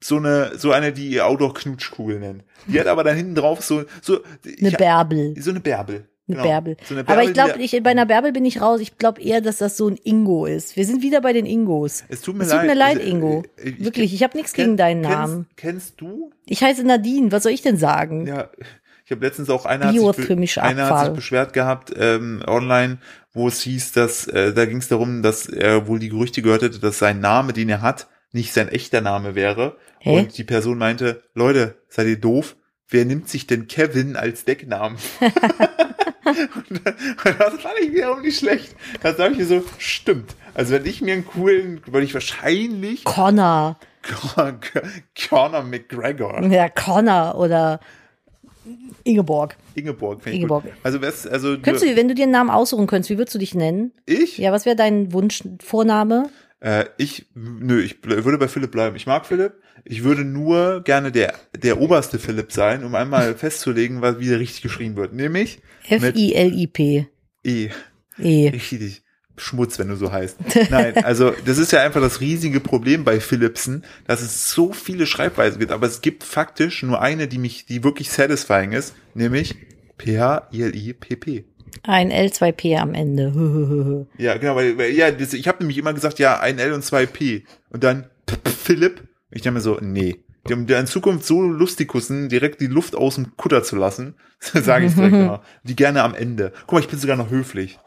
Speaker 1: so eine, so eine, die ihr Auto Knutschkugel nennt. Die hat aber dann hinten drauf so, so,
Speaker 2: Eine
Speaker 1: ich-
Speaker 2: Bärbel.
Speaker 1: so eine Bärbel.
Speaker 2: Eine Bärbel.
Speaker 1: So Genau. eine Bärbel.
Speaker 2: Aber ich glaube,
Speaker 1: die-
Speaker 2: ich, bei einer Bärbel bin ich raus. Ich glaube eher, dass das so ein Ingo ist. Wir sind wieder bei den Ingos.
Speaker 1: es tut mir
Speaker 2: Es
Speaker 1: leid.
Speaker 2: tut mir leid,
Speaker 1: Ich-
Speaker 2: Ingo.
Speaker 1: ich- ich-
Speaker 2: Wirklich, ich habe nichts
Speaker 1: kenn-
Speaker 2: gegen deinen
Speaker 1: kennst-
Speaker 2: Namen.
Speaker 1: Kennst du?
Speaker 2: Ich heiße Nadine. Was soll ich denn sagen?
Speaker 1: Ja. Ich habe letztens auch einer hat, sich be-
Speaker 2: Biochemischer
Speaker 1: einer hat sich
Speaker 2: Abfall.
Speaker 1: beschwert gehabt ähm, online, wo es hieß, dass äh, da ging es darum, dass er wohl die Gerüchte gehört hätte, dass sein Name, den er hat, nicht sein echter Name wäre.
Speaker 2: Hä?
Speaker 1: Und die Person meinte, Leute, seid ihr doof? Wer nimmt sich denn Kevin als Decknamen? und das- und das fand ich wiederum nicht schlecht. Da sage ich mir so, stimmt. Also wenn ich mir einen coolen, würde ich wahrscheinlich
Speaker 2: Connor.
Speaker 1: Conor McGregor,
Speaker 2: Ja, Connor oder Ingeborg.
Speaker 1: Ingeborg, finde ich
Speaker 2: Ingeborg.
Speaker 1: Gut. Also, was, also
Speaker 2: Könntest du, wenn du dir einen Namen aussuchen könntest, wie würdest du dich nennen?
Speaker 1: ich?
Speaker 2: Ja, was wäre dein Wunsch, Vorname?
Speaker 1: Äh, ich, nö, ich ble- würde bei Philipp bleiben. Ich mag Philipp. Ich würde nur gerne der, der oberste Philipp sein, um einmal festzulegen, was wie der richtig geschrieben wird. Nämlich
Speaker 2: F-I-L-I-P.
Speaker 1: E.
Speaker 2: E.
Speaker 1: Richtig. Schmutz, wenn du so heißt. Nein, also das ist ja einfach das riesige Problem bei Philipsen, dass es so viele Schreibweisen gibt, aber es gibt faktisch nur eine, die mich, die wirklich satisfying ist, nämlich P-H-I-L-I-P-P.
Speaker 2: Ein L, zwei P am Ende. Mhm.
Speaker 1: Ja, genau, weil, weil ja, das, ich habe nämlich immer gesagt, ja, ein L und zwei P. Und dann P- P- Philipp. Ich dachte mir so, nee. Um dir in Zukunft so Lustikussen direkt die Luft aus dem Kutter zu lassen, sage ich direkt immer. Die gerne am Ende. Guck mal, ich bin sogar noch höflich.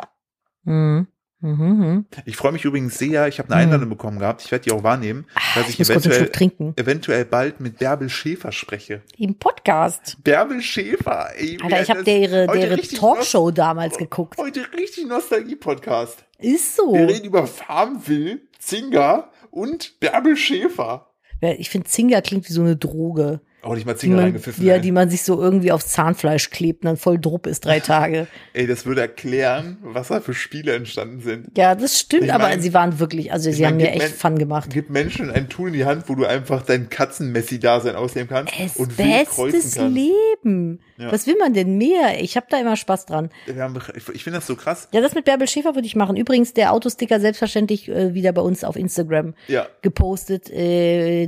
Speaker 2: Hm. Mhm.
Speaker 1: Ich freue mich übrigens sehr, ich habe eine
Speaker 2: Hm. Ah,
Speaker 1: Einladung bekommen gehabt, ich werde die auch wahrnehmen, dass
Speaker 2: Ich
Speaker 1: ich
Speaker 2: muss kurz einen
Speaker 1: eventuell,
Speaker 2: Schluck trinken.
Speaker 1: eventuell bald mit Bärbel Schäfer spreche.
Speaker 2: Im Podcast.
Speaker 1: Bärbel Schäfer, ey,
Speaker 2: Alter,
Speaker 1: wie
Speaker 2: ich habe
Speaker 1: das-
Speaker 2: der ihre,
Speaker 1: heute
Speaker 2: der ihre
Speaker 1: richtig
Speaker 2: Talkshow damals
Speaker 1: Nos-
Speaker 2: geguckt.
Speaker 1: Heute richtig Nostalgie-Podcast.
Speaker 2: Ist so.
Speaker 1: Wir reden über Farmville, Zinga und Bärbel Schäfer.
Speaker 2: Ja, Ich finde, Zinger klingt wie so eine Droge,
Speaker 1: Oh, nicht mal
Speaker 2: die
Speaker 1: Zinga
Speaker 2: man,
Speaker 1: reingepfiffen.
Speaker 2: ja,
Speaker 1: ey.
Speaker 2: die man sich so irgendwie aufs Zahnfleisch klebt und dann voll drupp ist drei Tage.
Speaker 1: ey, das würde erklären, was da für Spiele entstanden sind.
Speaker 2: Ja, das stimmt,
Speaker 1: Ich
Speaker 2: aber
Speaker 1: mein-
Speaker 2: sie waren wirklich, also sie
Speaker 1: mein,
Speaker 2: haben mir
Speaker 1: gib
Speaker 2: echt
Speaker 1: mir-
Speaker 2: Fun gemacht.
Speaker 1: Gib Menschen ein Tool in die Hand, wo du einfach dein Katzenmessi-Dasein ausleben kannst
Speaker 2: Es
Speaker 1: und wild kreuzen
Speaker 2: bestes
Speaker 1: kannst.
Speaker 2: Leben.
Speaker 1: Ja.
Speaker 2: Was will man denn mehr? Ich habe da immer Spaß dran.
Speaker 1: Wir haben, ich ich finde das so krass.
Speaker 2: Ja, das mit Bärbel Schäfer würde ich machen. Übrigens, der Autosticker selbstverständlich äh, wieder bei uns auf Instagram
Speaker 1: Ja,
Speaker 2: gepostet. Äh,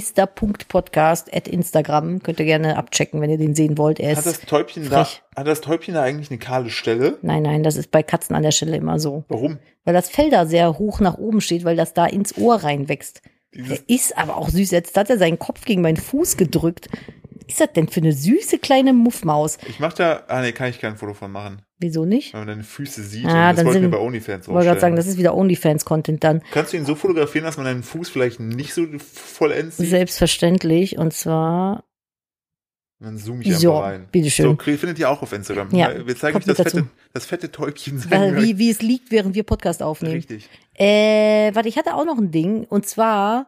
Speaker 2: netgefluester.podcast at Instagram. Könnt ihr gerne abchecken, wenn ihr den sehen wollt. Er
Speaker 1: hat
Speaker 2: ist,
Speaker 1: das Täubchen da,
Speaker 2: frech.
Speaker 1: hat das Täubchen da eigentlich eine kahle Stelle?
Speaker 2: nein, nein, das ist bei Katzen an der Stelle immer so.
Speaker 1: Warum?
Speaker 2: Weil das Fell da sehr hoch nach oben steht, weil das da ins Ohr reinwächst.
Speaker 1: Dieses-
Speaker 2: Er ist aber auch süß. Jetzt hat er seinen Kopf gegen meinen Fuß gedrückt. Was Ist das denn für eine süße kleine Muffmaus?
Speaker 1: Ich mach da, ah nee, kann ich kein Foto von machen.
Speaker 2: Wieso nicht?
Speaker 1: Wenn man deine Füße sieht,
Speaker 2: Ah,
Speaker 1: und das
Speaker 2: dann
Speaker 1: wollten wir
Speaker 2: sind-
Speaker 1: bei OnlyFans
Speaker 2: Ich wollte gerade
Speaker 1: aufstellen.
Speaker 2: sagen, das ist wieder OnlyFans-Content dann.
Speaker 1: Kannst du ihn so fotografieren, dass man deinen Fuß vielleicht nicht so vollends sieht?
Speaker 2: Selbstverständlich. Und zwar,
Speaker 1: Dann zoome ich
Speaker 2: So,
Speaker 1: einfach rein.
Speaker 2: bitteschön.
Speaker 1: So, krieg- findet ihr auch auf Instagram. Äh,
Speaker 2: Ja,
Speaker 1: Wir zeigen euch
Speaker 2: kommt
Speaker 1: das
Speaker 2: mit dazu.
Speaker 1: fette, das fette Täubchen sein.
Speaker 2: weil, wie, wie es liegt, während wir Podcast aufnehmen.
Speaker 1: Richtig.
Speaker 2: Äh, warte, ich hatte auch noch ein Ding. Und zwar,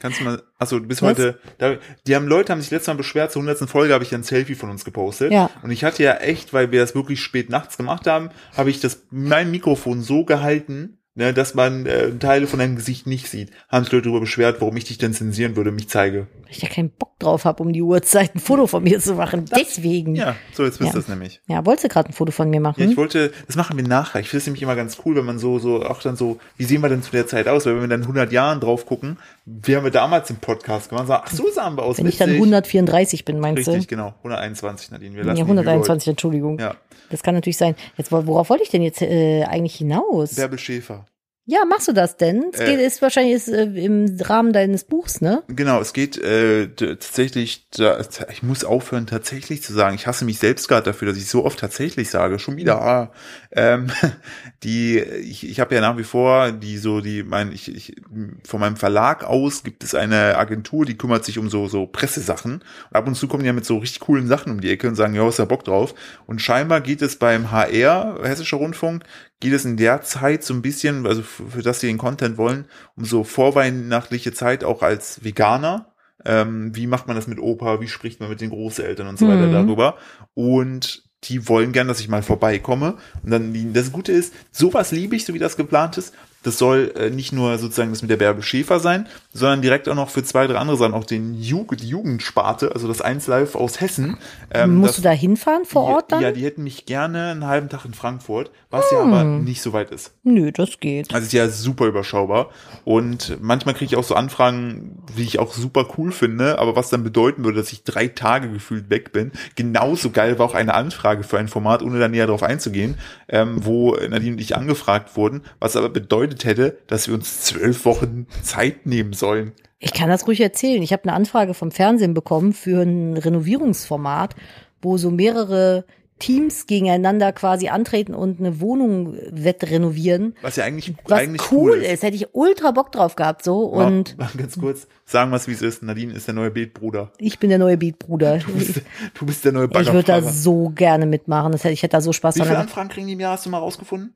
Speaker 1: Kannst du mal, achso, du bist
Speaker 2: Was?
Speaker 1: heute, da, die haben Leute haben sich letztes Mal beschwert, zur 100. Folge habe ich ja ein Selfie von uns gepostet.
Speaker 2: Ja.
Speaker 1: Und ich hatte ja echt, weil wir das wirklich spät nachts gemacht haben, habe ich das, mein Mikrofon so gehalten, ne, dass man äh, Teile von deinem Gesicht nicht sieht. Haben sich Leute darüber beschwert, warum ich dich denn zensieren würde, mich zeige.
Speaker 2: weil ich ja keinen Bock drauf habe, um die Uhrzeit ein Foto von mir zu machen. Deswegen. Ja,
Speaker 1: Ja, so, jetzt wisst
Speaker 2: Ja.
Speaker 1: ihr es nämlich.
Speaker 2: wolltest du gerade ein Foto von mir machen?
Speaker 1: Ja, ich wollte, das machen wir nachher. Ich finde es nämlich immer ganz cool, wenn man so, so, auch dann so, wie sehen wir denn zu der Zeit aus? Weil wenn wir dann 100 Jahren drauf gucken, wie haben wir damals im Podcast gemacht? Sagen, ach, so sahen wir aus.
Speaker 2: Wenn ich dann
Speaker 1: witzig.
Speaker 2: 134 bin, meinst
Speaker 1: Richtig, genau. 121, Nadine. Wir
Speaker 2: du?
Speaker 1: lassen
Speaker 2: Ja,
Speaker 1: die Lüge
Speaker 2: 121, Entschuldigung.
Speaker 1: heute. Ja,
Speaker 2: Das kann natürlich sein. Jetzt, wo- worauf wollte ich denn jetzt äh, eigentlich hinaus?
Speaker 1: Bärbel Schäfer.
Speaker 2: ja, machst du das denn? Es
Speaker 1: Äh.
Speaker 2: geht, ist wahrscheinlich ist, äh, im Rahmen deines Buchs, ne?
Speaker 1: Genau, es geht äh, d- tatsächlich, da, ich muss aufhören, tatsächlich zu sagen. Ich hasse mich selbst gerade dafür, dass ich so oft tatsächlich sage. Schon wieder. Ah, ähm, die, ich, ich habe ja nach wie vor die so, die, mein, ich, ich, von meinem Verlag aus gibt es eine Agentur, die kümmert sich um so, so Pressesachen. Und ab und zu kommen die ja mit so richtig coolen Sachen um die Ecke und sagen, ja, hast ja Bock drauf. Und scheinbar geht es beim HR, Hessischer Rundfunk, geht es in der Zeit so ein bisschen, also f- für das sie den Content wollen, um so vorweihnachtliche Zeit auch als Veganer. Ähm, wie macht man das mit Opa? Wie spricht man mit den Großeltern und so weiter
Speaker 2: Mhm.
Speaker 1: darüber? Und die wollen gern, dass ich mal vorbeikomme. Und dann, das Gute ist, sowas liebe ich, so wie das geplant ist. Das soll äh, nicht nur sozusagen das mit der Bärbel Schäfer sein, sondern direkt auch noch für zwei, drei andere Sachen, auch den Jugend, die Jugendsparte, also das 1 Live aus Hessen. Ähm,
Speaker 2: Musst
Speaker 1: das-
Speaker 2: du da hinfahren vor
Speaker 1: die-
Speaker 2: Ort dann?
Speaker 1: Ja, die hätten mich gerne einen halben Tag in Frankfurt, was ja aber
Speaker 2: Hm.
Speaker 1: nicht so weit ist.
Speaker 2: Nö, das geht.
Speaker 1: Also ist ja super überschaubar. Und manchmal kriege ich auch so Anfragen, die ich auch super cool finde, aber was dann bedeuten würde, dass ich drei Tage gefühlt weg bin. Genauso geil war auch eine Anfrage für ein Format, ohne da näher drauf einzugehen, ähm, wo Nadine und ich angefragt wurden, was aber bedeutet hätte, dass wir uns zwölf Wochen Zeit nehmen sollen.
Speaker 2: Ich kann das ruhig erzählen. Ich habe eine Anfrage vom Fernsehen bekommen für ein Renovierungsformat, wo so mehrere Teams gegeneinander quasi antreten und eine Wohnung wettrenovieren.
Speaker 1: Was ja eigentlich,
Speaker 2: Was
Speaker 1: eigentlich
Speaker 2: cool ist. hätte ich ultra Bock drauf gehabt so und
Speaker 1: Warte, ganz kurz, sagen wir es, wie es ist. Nadine ist der neue Bildbruder.
Speaker 2: ich bin der neue Beatbruder.
Speaker 1: Du bist, du bist der neue
Speaker 2: Ich würde da
Speaker 1: Baggerfahrer.
Speaker 2: so gerne mitmachen. Das hätte, ich hätte da so Spaß
Speaker 1: Wie
Speaker 2: dran.
Speaker 1: viele
Speaker 2: gehabt.
Speaker 1: Anfragen kriegen die im Jahr, hast du mal rausgefunden?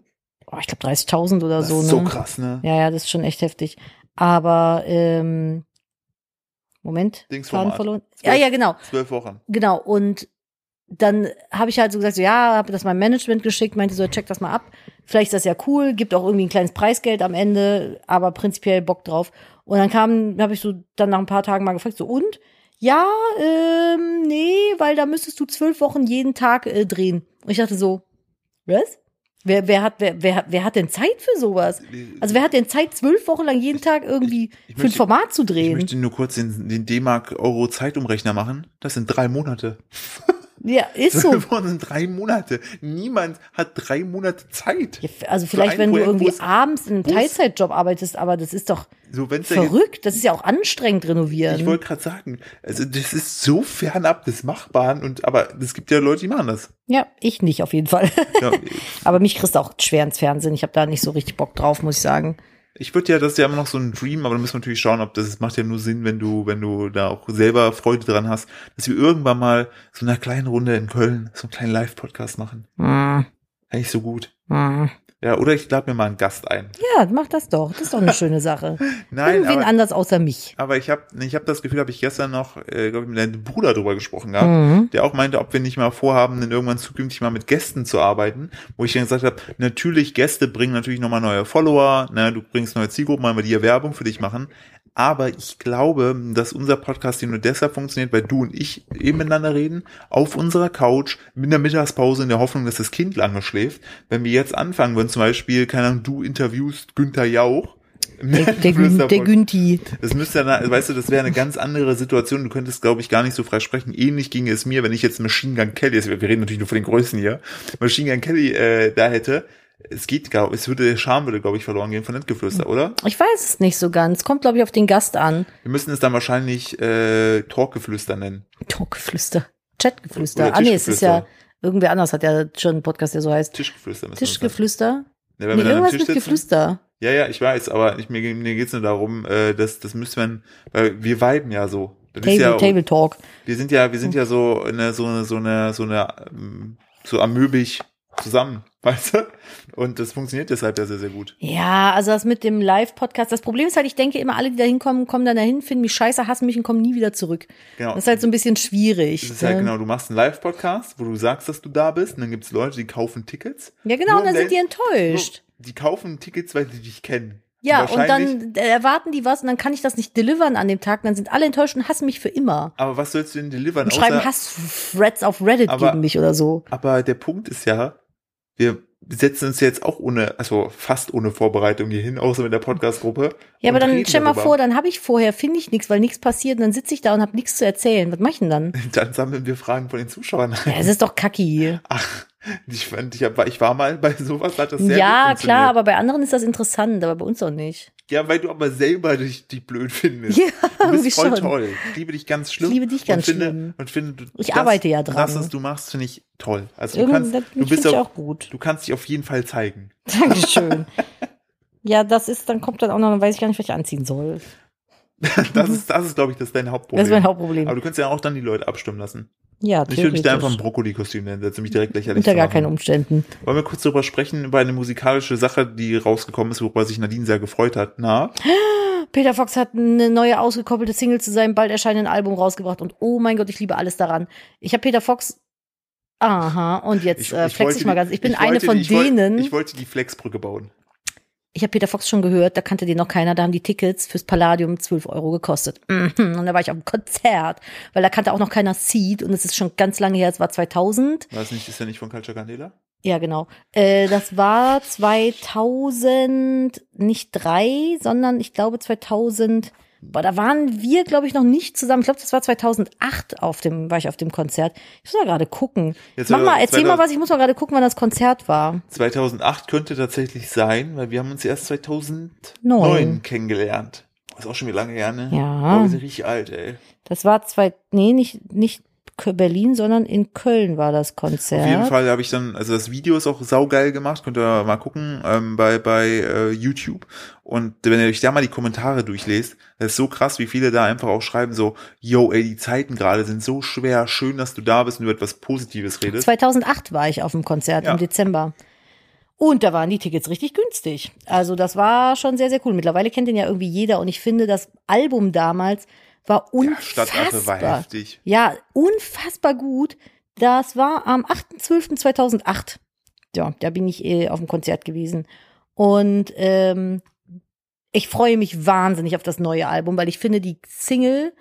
Speaker 2: Oh, ich glaube 30.000 oder
Speaker 1: Das
Speaker 2: so.
Speaker 1: ist so
Speaker 2: ne?
Speaker 1: krass, ne?
Speaker 2: Ja, ja, das ist schon echt heftig. Aber ähm, Moment,
Speaker 1: Dingsformat.
Speaker 2: verloren. Ja, ja, genau.
Speaker 1: Zwölf Wochen.
Speaker 2: Genau, und dann habe ich halt so gesagt, so, ja, habe das meinem Management geschickt, meinte so, check das mal ab. Vielleicht ist das ja cool, gibt auch irgendwie ein kleines Preisgeld am Ende, aber prinzipiell Bock drauf. Und dann kam, habe ich so dann nach ein paar Tagen mal gefragt, so und? Ja, ähm, nee, weil da müsstest du zwölf Wochen jeden Tag äh, drehen. Und ich dachte so, was? Wer, wer, hat, wer, wer, hat- wer hat denn Zeit für sowas? Also wer hat denn Zeit, zwölf Wochen lang jeden Tag irgendwie
Speaker 1: ich
Speaker 2: für ein
Speaker 1: möchte-
Speaker 2: Format zu
Speaker 1: ich
Speaker 2: drehen?
Speaker 1: möchte nur kurz den, den D-Mark-Euro-Zeitumrechner machen. Das sind drei Monate.
Speaker 2: Ja, ist so.
Speaker 1: Wir wurden drei Monate. Niemand hat drei Monate Zeit.
Speaker 2: Ja, also vielleicht,
Speaker 1: ein
Speaker 2: wenn du
Speaker 1: Projekt, wo
Speaker 2: irgendwie
Speaker 1: es-
Speaker 2: abends in einem
Speaker 1: wo es-
Speaker 2: Teilzeitjob arbeitest, aber das ist doch
Speaker 1: So, wenn's da jetzt-
Speaker 2: verrückt. Das ist ja auch anstrengend renovieren.
Speaker 1: Ich wollte gerade sagen, also das ist so fernab des Machbaren und aber es gibt ja Leute, die machen das.
Speaker 2: ja, ich nicht auf jeden Fall.
Speaker 1: Ja,
Speaker 2: aber mich kriegst du auch schwer ins Fernsehen. Ich habe da nicht so richtig Bock drauf, muss ich sagen.
Speaker 1: ich würde ja, das ist ja immer noch so ein Dream, aber da müssen wir natürlich schauen, ob das, das macht ja nur Sinn, wenn du, wenn du da auch selber Freude dran hast, dass wir irgendwann mal so einer kleinen Runde in Köln so einen kleinen Live-Podcast machen.
Speaker 2: Hm,
Speaker 1: Eigentlich so gut.
Speaker 2: hm.
Speaker 1: Ja, oder ich lade mir mal einen Gast ein.
Speaker 2: Ja, mach das doch. Das ist doch eine schöne Sache.
Speaker 1: Nein,
Speaker 2: Irgendwen
Speaker 1: aber,
Speaker 2: anders außer mich.
Speaker 1: aber ich habe ich hab das Gefühl, habe ich gestern noch, äh, glaube ich, mit deinem Bruder drüber gesprochen gehabt.
Speaker 2: Mhm.
Speaker 1: der auch meinte, ob wir nicht mal vorhaben, dann irgendwann zukünftig mal mit Gästen zu arbeiten, wo ich dann gesagt habe, natürlich, Gäste bringen natürlich nochmal neue Follower, ne, du bringst neue Zielgruppen, weil wir die ja Werbung für dich machen. Aber ich glaube, dass unser Podcast hier nur deshalb funktioniert, weil du und ich eben miteinander reden, auf unserer Couch, in der Mittagspause, in der Hoffnung, dass das Kind lange schläft. Wenn wir jetzt anfangen würden, zum Beispiel, keine Ahnung, du interviewst Günther Jauch. im
Speaker 2: Der, der, Gün, der
Speaker 1: Flüsterpod-
Speaker 2: Günti.
Speaker 1: das müsste dann, weißt du, das wäre eine ganz andere Situation. Du könntest, glaube ich, gar nicht so frei sprechen. Ähnlich ginge es mir, wenn ich jetzt Machine Gun Kelly, jetzt- wir reden natürlich nur von den Größen hier, Machine Gun Kelly äh, da hätte. Es geht, glaube es würde, der Charme würde, glaube ich, verloren gehen von
Speaker 2: Hm.
Speaker 1: Nettgeflüster, oder?
Speaker 2: Ich weiß es nicht so ganz. Kommt, glaube ich, auf den Gast an.
Speaker 1: Wir müssen es dann wahrscheinlich äh, Talkgeflüster nennen.
Speaker 2: Talkgeflüster. Chatgeflüster.
Speaker 1: Oder
Speaker 2: Ah, nee, es ist ja.
Speaker 1: Tischgeflüster.
Speaker 2: Irgendwer anders hat ja schon einen Podcast, der so heißt.
Speaker 1: Tischgeflüster müssen wir es nennen.
Speaker 2: Tischgeflüster?
Speaker 1: Ja,
Speaker 2: Nee,
Speaker 1: wenn wir dann am
Speaker 2: irgendwas
Speaker 1: Tisch
Speaker 2: mit
Speaker 1: sitzen.
Speaker 2: Geflüster.
Speaker 1: Ja, ja, ich weiß, aber ich, mir, mir geht's nur darum, äh, dass das müsste man, weil wir viben ja so. Das
Speaker 2: Table,
Speaker 1: ist ja,
Speaker 2: Table Talk.
Speaker 1: Wir sind ja, wir
Speaker 2: Oh.
Speaker 1: sind ja so eine, so eine, so eine, so eine, ähm, so amöbig zusammen, weißt du? Und das funktioniert deshalb ja sehr, sehr gut.
Speaker 2: Ja, also das mit dem Live-Podcast. Das Problem ist halt, ich denke immer, alle, die da hinkommen, kommen dann dahin, finden mich scheiße, hassen mich und kommen nie wieder zurück.
Speaker 1: Genau.
Speaker 2: Das ist halt so ein bisschen schwierig.
Speaker 1: Das ist halt
Speaker 2: ne?
Speaker 1: genau, du machst einen Live-Podcast, wo du sagst, dass du da bist, und dann gibt's Leute, die kaufen Tickets.
Speaker 2: Ja, genau,
Speaker 1: Nur
Speaker 2: und dann
Speaker 1: um
Speaker 2: sind die
Speaker 1: den-
Speaker 2: enttäuscht.
Speaker 1: Nur, die kaufen Tickets, weil sie dich kennen.
Speaker 2: Ja, und
Speaker 1: wahrscheinlich-
Speaker 2: dann äh, erwarten die was und dann kann ich das nicht delivern an dem Tag. Und dann sind alle enttäuscht und hassen mich für immer.
Speaker 1: Aber was sollst du denn delivern?
Speaker 2: Und schreiben
Speaker 1: außer-
Speaker 2: Hass-Threads auf Reddit
Speaker 1: Aber-
Speaker 2: gegen mich oder so.
Speaker 1: Aber der Punkt ist ja, wir setzen uns jetzt auch ohne, also fast ohne Vorbereitung hier hin, außer mit der Podcast-Gruppe.
Speaker 2: Ja, aber
Speaker 1: und
Speaker 2: dann
Speaker 1: reden
Speaker 2: stell mal
Speaker 1: darüber.
Speaker 2: vor, dann habe ich vorher, finde ich nichts, weil nichts passiert und dann sitze ich da und habe nichts zu erzählen. Was mache ich denn dann?
Speaker 1: Dann sammeln wir Fragen von den Zuschauern ein.
Speaker 2: Ja, es ist doch kacki.
Speaker 1: Ach, ich fand, ich, hab, ich war mal bei sowas, hat das sehr
Speaker 2: Ja,
Speaker 1: gut funktioniert.
Speaker 2: klar, aber bei anderen ist das interessant, aber bei uns doch nicht.
Speaker 1: Ja, weil du aber selber dich, dich blöd findest.
Speaker 2: Ja,
Speaker 1: du
Speaker 2: irgendwie
Speaker 1: bist voll
Speaker 2: schon.
Speaker 1: toll. Ich liebe dich ganz schlimm.
Speaker 2: Ich liebe dich ganz
Speaker 1: und finde,
Speaker 2: schlimm.
Speaker 1: Und finde, du,
Speaker 2: Ich arbeite ja dran.
Speaker 1: Das, was du machst, finde ich toll. Also du
Speaker 2: Irgend-
Speaker 1: kannst,
Speaker 2: das
Speaker 1: du
Speaker 2: finde
Speaker 1: bist
Speaker 2: ich
Speaker 1: auch,
Speaker 2: auch gut.
Speaker 1: du kannst dich auf jeden Fall zeigen.
Speaker 2: Dankeschön. Ja, das ist, dann kommt dann auch noch, dann weiß ich gar nicht, was ich anziehen soll.
Speaker 1: Das ist, das ist, glaube ich, das ist dein Hauptproblem.
Speaker 2: Mhm. Das ist mein Hauptproblem.
Speaker 1: aber du kannst ja auch dann die Leute abstimmen lassen.
Speaker 2: ja,
Speaker 1: Ich würde mich da einfach ein
Speaker 2: theoretisch.
Speaker 1: Brokkoli-Kostüm nennen, setze mich direkt lächerlich
Speaker 2: Unter
Speaker 1: zu
Speaker 2: gar
Speaker 1: machen.
Speaker 2: keinen Umständen.
Speaker 1: Wollen wir kurz darüber sprechen, über eine musikalische Sache, die rausgekommen ist, worüber sich Nadine sehr gefreut hat. Na?
Speaker 2: Peter Fox hat eine neue ausgekoppelte Single zu seinem bald erscheinenden Album rausgebracht und oh mein Gott, ich liebe alles daran. Ich habe Peter Fox. Aha, und jetzt äh, flex
Speaker 1: wollte
Speaker 2: ich mal
Speaker 1: die-
Speaker 2: ganz. Ich bin
Speaker 1: wollte
Speaker 2: eine von
Speaker 1: die, ich wollte-
Speaker 2: denen.
Speaker 1: Ich wollte die Flexbrücke bauen.
Speaker 2: Ich habe Peter Fox schon gehört, da kannte den noch keiner. Da haben die Tickets fürs Palladium 12 Euro gekostet. Mhm, Und da war ich auf dem Konzert, weil da kannte auch noch keiner Seed und es ist schon ganz lange her, es war 2000.
Speaker 1: War das nicht, ist ja nicht von Culture Candela?
Speaker 2: Ja, genau. Äh, das war 2000, nicht drei, sondern ich glaube 2000. Boah, da waren wir, glaube ich, noch nicht zusammen. Ich glaube, das war 2008 auf dem, war ich auf dem Konzert. Ich muss mal gerade gucken.
Speaker 1: Jetzt
Speaker 2: Mach
Speaker 1: war
Speaker 2: mal,
Speaker 1: das
Speaker 2: erzähl mal
Speaker 1: 2000
Speaker 2: was, ich muss mal gerade gucken, wann das Konzert war.
Speaker 1: 2008 könnte tatsächlich sein, weil wir haben uns erst 2009
Speaker 2: Neun.
Speaker 1: kennengelernt. Ist auch schon wieder lange her, ne?
Speaker 2: Ja.
Speaker 1: Boah, wir sind richtig alt, ey.
Speaker 2: Das war zwei, nee, nicht, nicht Kö- Berlin, sondern in Köln war das Konzert.
Speaker 1: Auf jeden Fall habe ich dann, also das Video ist auch saugeil gemacht, könnt ihr mal gucken ähm, bei, bei äh, YouTube. Und wenn ihr euch da mal die Kommentare durchlest, das ist so krass, wie viele da einfach auch schreiben so, yo, ey, die Zeiten gerade sind so schwer, schön, dass du da bist und über etwas Positives redest.
Speaker 2: 2008 war ich auf dem Konzert
Speaker 1: Ja.
Speaker 2: im Dezember. Und da waren die Tickets richtig günstig. Also das war schon sehr, sehr cool. Mittlerweile kennt den ja irgendwie jeder und ich finde, das Album damals war
Speaker 1: Der Stadtaffe war
Speaker 2: unfassbar.
Speaker 1: heftig.
Speaker 2: Ja, unfassbar gut. Das war am 8.12.2008. Ja, da bin ich eh auf dem Konzert gewesen. Und ähm, ich freue mich wahnsinnig auf das neue Album, weil ich finde die Single,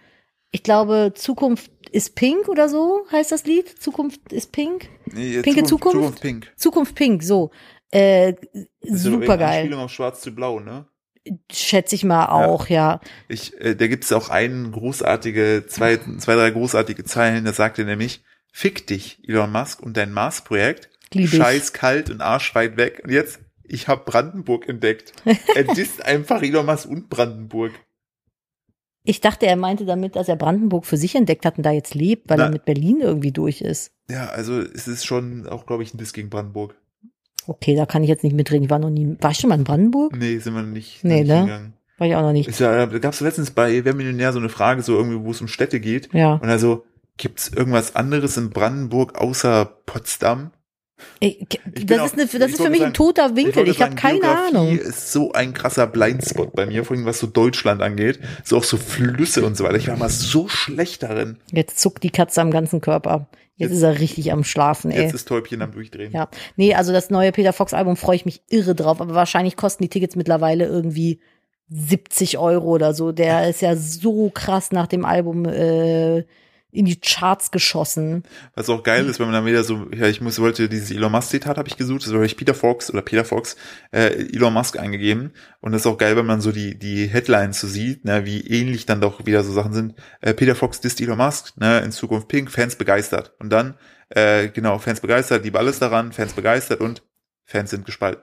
Speaker 2: ich glaube, Zukunft ist Pink oder so heißt das Lied. Zukunft ist Pink.
Speaker 1: Nee,
Speaker 2: Pinke Zukunft?
Speaker 1: Zukunft Pink. Also,
Speaker 2: Zukunft Pink, so. Äh, super geil.
Speaker 1: Spielung auf Schwarz zu Blau, ne?
Speaker 2: Schätze ich mal auch, ja.
Speaker 1: Ich, äh, da gibt es auch einen großartige, zwei, zwei, drei großartige Zeilen, da sagt er nämlich, Fick dich, Elon Musk und dein Mars-Projekt.
Speaker 2: Lieb ich.
Speaker 1: Scheiß kalt und arschweit weg. Und jetzt, ich habe Brandenburg entdeckt. Er disst einfach Elon Musk und Brandenburg.
Speaker 2: Ich dachte, er meinte damit, dass er Brandenburg für sich entdeckt hat und da jetzt lebt, weil er
Speaker 1: Nein.
Speaker 2: mit Berlin irgendwie durch ist.
Speaker 1: Ja, also es ist schon auch, glaube ich, ein Diss gegen Brandenburg.
Speaker 2: Okay, da kann ich jetzt nicht mitreden. Ich war noch nie. War ich schon mal in Brandenburg?
Speaker 1: Nee, sind wir noch nicht,
Speaker 2: Nee,
Speaker 1: noch nicht
Speaker 2: ne?
Speaker 1: hingegangen.
Speaker 2: War ich auch noch nicht.
Speaker 1: Ist ja, da gab's letztens bei Wer Millionär so eine Frage, so irgendwie, wo es um Städte geht.
Speaker 2: Ja.
Speaker 1: Und also, gibt's irgendwas anderes in Brandenburg außer Potsdam?
Speaker 2: Ich,
Speaker 1: bin
Speaker 2: das
Speaker 1: auch-
Speaker 2: ist, eine,
Speaker 1: ich
Speaker 2: das ist für
Speaker 1: wollte
Speaker 2: mich ein
Speaker 1: sagen-
Speaker 2: toter Winkel.
Speaker 1: wollte
Speaker 2: Ich, habe
Speaker 1: sagen,
Speaker 2: keine
Speaker 1: Geografie
Speaker 2: Ahnung.
Speaker 1: ist so ein krasser Blindspot bei mir, vor allem was so Deutschland angeht. So auch so Flüsse und so weiter. Ich war mal so schlecht darin.
Speaker 2: Jetzt zuckt die Katze am ganzen Körper. Jetzt,
Speaker 1: Jetzt-
Speaker 2: ist er richtig am Schlafen, ey.
Speaker 1: Jetzt ist Täubchen am Durchdrehen.
Speaker 2: Ja. Nee, also das neue Peter Fox Album freue ich mich irre drauf, aber wahrscheinlich kosten die Tickets mittlerweile irgendwie 70 Euro oder so. Der ist ja so krass nach dem Album äh, in die Charts geschossen.
Speaker 1: Was auch geil ist, wenn man dann wieder so, ja, ich muss, wollte dieses Elon Musk-Zitat habe ich gesucht, das habe ich Peter Fox oder Peter Fox, äh, Elon Musk eingegeben. Und das ist auch geil, wenn man so die, die Headlines so sieht, ne, wie ähnlich dann doch wieder so Sachen sind. Äh, Peter Fox disst Elon Musk, ne, in Zukunft Pink, Fans begeistert. Und dann, äh, genau, Fans begeistert, liebe alles daran, Fans begeistert und Fans sind gespalten.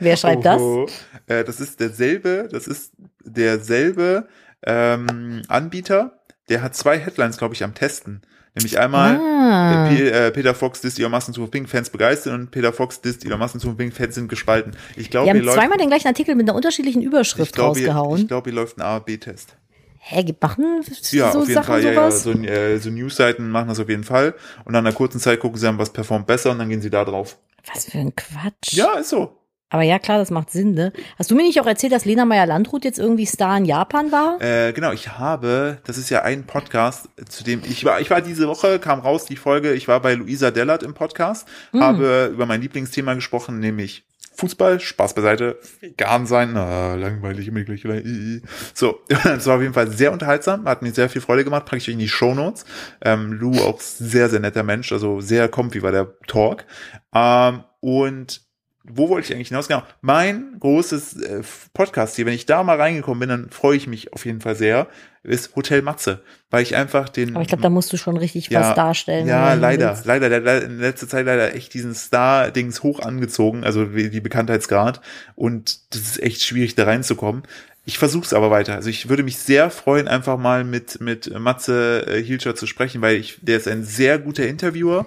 Speaker 2: Wer schreibt das?
Speaker 1: Oho. Äh, das ist derselbe, das ist derselbe ähm, Anbieter, der hat zwei Headlines, glaube ich, am Testen. Nämlich einmal
Speaker 2: Ah.
Speaker 1: P äh, Peter Fox disst Elon Musk in Zukunft Pink, Fans begeistern und Peter Fox disst Elon Musk in Zukunft Pink, Fans sind gespalten. Ich glaube,
Speaker 2: Wir
Speaker 1: hier
Speaker 2: haben
Speaker 1: läuft,
Speaker 2: zweimal den gleichen Artikel mit einer unterschiedlichen
Speaker 1: ich
Speaker 2: Überschrift
Speaker 1: glaube, hier, ich
Speaker 2: rausgehauen.
Speaker 1: glaube, hier läuft ein A B Test.
Speaker 2: Hä, gibt- machen
Speaker 1: Ja,
Speaker 2: so
Speaker 1: auf jeden
Speaker 2: Sachen
Speaker 1: Fall. Ja, ja,
Speaker 2: sowas?
Speaker 1: so, äh, so Newsseiten machen das auf jeden Fall. Und nach einer kurzen Zeit gucken sie an, was performt besser und dann gehen sie da drauf.
Speaker 2: Was für ein Quatsch.
Speaker 1: Ja, ist so.
Speaker 2: Aber ja, klar, das macht Sinn, ne? Hast du mir nicht auch erzählt, dass Lena Meyer-Landrut jetzt irgendwie Star in Japan war?
Speaker 1: Äh, genau, ich habe, das ist ja ein Podcast, zu dem ich war, ich war diese Woche, kam raus die Folge, ich war bei Luisa Dellert im Podcast, habe über mein Lieblingsthema gesprochen, nämlich Fußball, Spaß beiseite, vegan sein, na, langweilig, immer gleich, i, i. so, das war auf jeden Fall sehr unterhaltsam, hat mir sehr viel Freude gemacht, packe ich euch in die Shownotes, ähm, Lou auch sehr, sehr netter Mensch, also sehr comfy war der Talk, ähm, und wo wollte ich eigentlich hinaus? Genau, mein großes äh, Podcast hier, wenn ich da mal reingekommen bin, dann freue ich mich auf jeden Fall sehr, ist Hotel Matze, weil ich einfach den...
Speaker 2: Aber Oh, ich glaube, da musst du schon richtig
Speaker 1: Ja,
Speaker 2: was darstellen.
Speaker 1: ja,
Speaker 2: wenn du
Speaker 1: leider,
Speaker 2: willst.
Speaker 1: leider, der- der- in letzter Zeit leider echt diesen Star-Dings hoch angezogen, also wie- die Bekanntheitsgrad und das ist echt schwierig da reinzukommen. Ich versuch's aber weiter. Also ich würde mich sehr freuen, einfach mal mit, mit Matze äh, Hilscher zu sprechen, weil ich, der ist ein sehr guter Interviewer.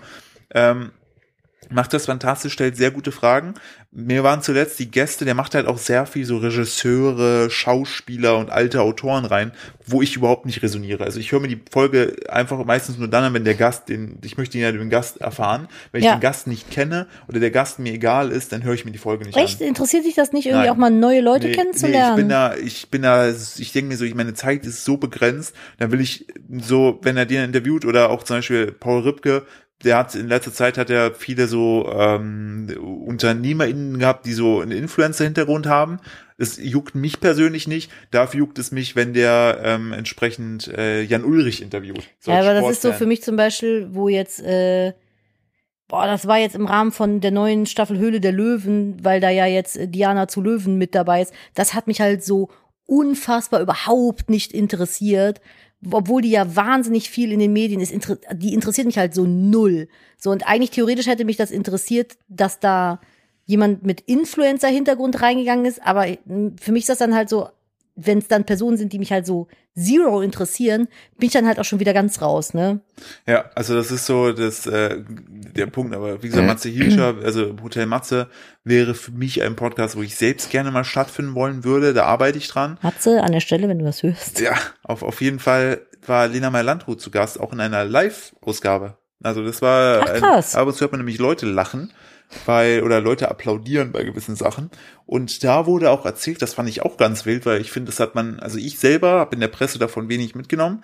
Speaker 1: Ähm, macht das fantastisch, stellt sehr gute Fragen. Mir waren zuletzt die Gäste, der macht halt auch sehr viel so Regisseure, Schauspieler und alte Autoren rein, wo ich überhaupt nicht resoniere. Also ich höre mir die Folge einfach meistens nur dann an, wenn der Gast den, ich möchte ihn ja den Gast erfahren. Wenn ich
Speaker 2: Ja.
Speaker 1: den Gast nicht kenne oder der Gast mir egal ist, dann höre ich mir die Folge nicht an.
Speaker 2: Echt? Interessiert dich das nicht, irgendwie
Speaker 1: Nein.
Speaker 2: auch mal neue Leute
Speaker 1: Nee, Nee, ich
Speaker 2: kennenzulernen?
Speaker 1: bin da, ich bin da, ich denke mir so, ich meine Zeit ist so begrenzt, dann will ich so, wenn er den interviewt oder auch zum Beispiel Paul Ripke, der hat in letzter Zeit hat er viele so ähm, UnternehmerInnen gehabt, die so einen Influencer-Hintergrund haben. Es juckt mich persönlich nicht. Dafür juckt es mich, wenn der ähm, entsprechend äh, Jan Ulrich interviewt. So
Speaker 2: ja,
Speaker 1: als
Speaker 2: aber das ist so
Speaker 1: Sportfan.
Speaker 2: für mich zum Beispiel, wo jetzt, äh, boah, das war jetzt im Rahmen von der neuen Staffel Höhle der Löwen, weil da ja jetzt äh, Diana zu Löwen mit dabei ist. Das hat mich halt so unfassbar überhaupt nicht interessiert. Obwohl die ja wahnsinnig viel in den Medien ist, inter die interessiert mich halt so null. So, und eigentlich theoretisch hätte mich das interessiert, dass da jemand mit Influencer-Hintergrund reingegangen ist, aber äh, für mich ist das dann halt so, wenn es dann Personen sind, die mich halt so zero interessieren, bin ich dann halt auch schon wieder ganz raus, ne?
Speaker 1: Ja, also das ist so das äh, der Punkt, aber wie gesagt, Matze Hilscher, also Hotel Matze wäre für mich ein Podcast, wo ich selbst gerne mal stattfinden wollen würde, da arbeite ich dran.
Speaker 2: Matze, an der Stelle, wenn du das hörst.
Speaker 1: Ja, auf, auf jeden Fall war Lena Meyer-Landrut zu Gast, auch in einer Live-Ausgabe. Also das war,
Speaker 2: Ach, krass.
Speaker 1: Ein, ab und zu hört man nämlich Leute lachen bei, oder Leute applaudieren bei gewissen Sachen. Und da wurde auch erzählt, das fand ich auch ganz wild, weil ich finde, das hat man, also ich selber habe in der Presse davon wenig mitgenommen.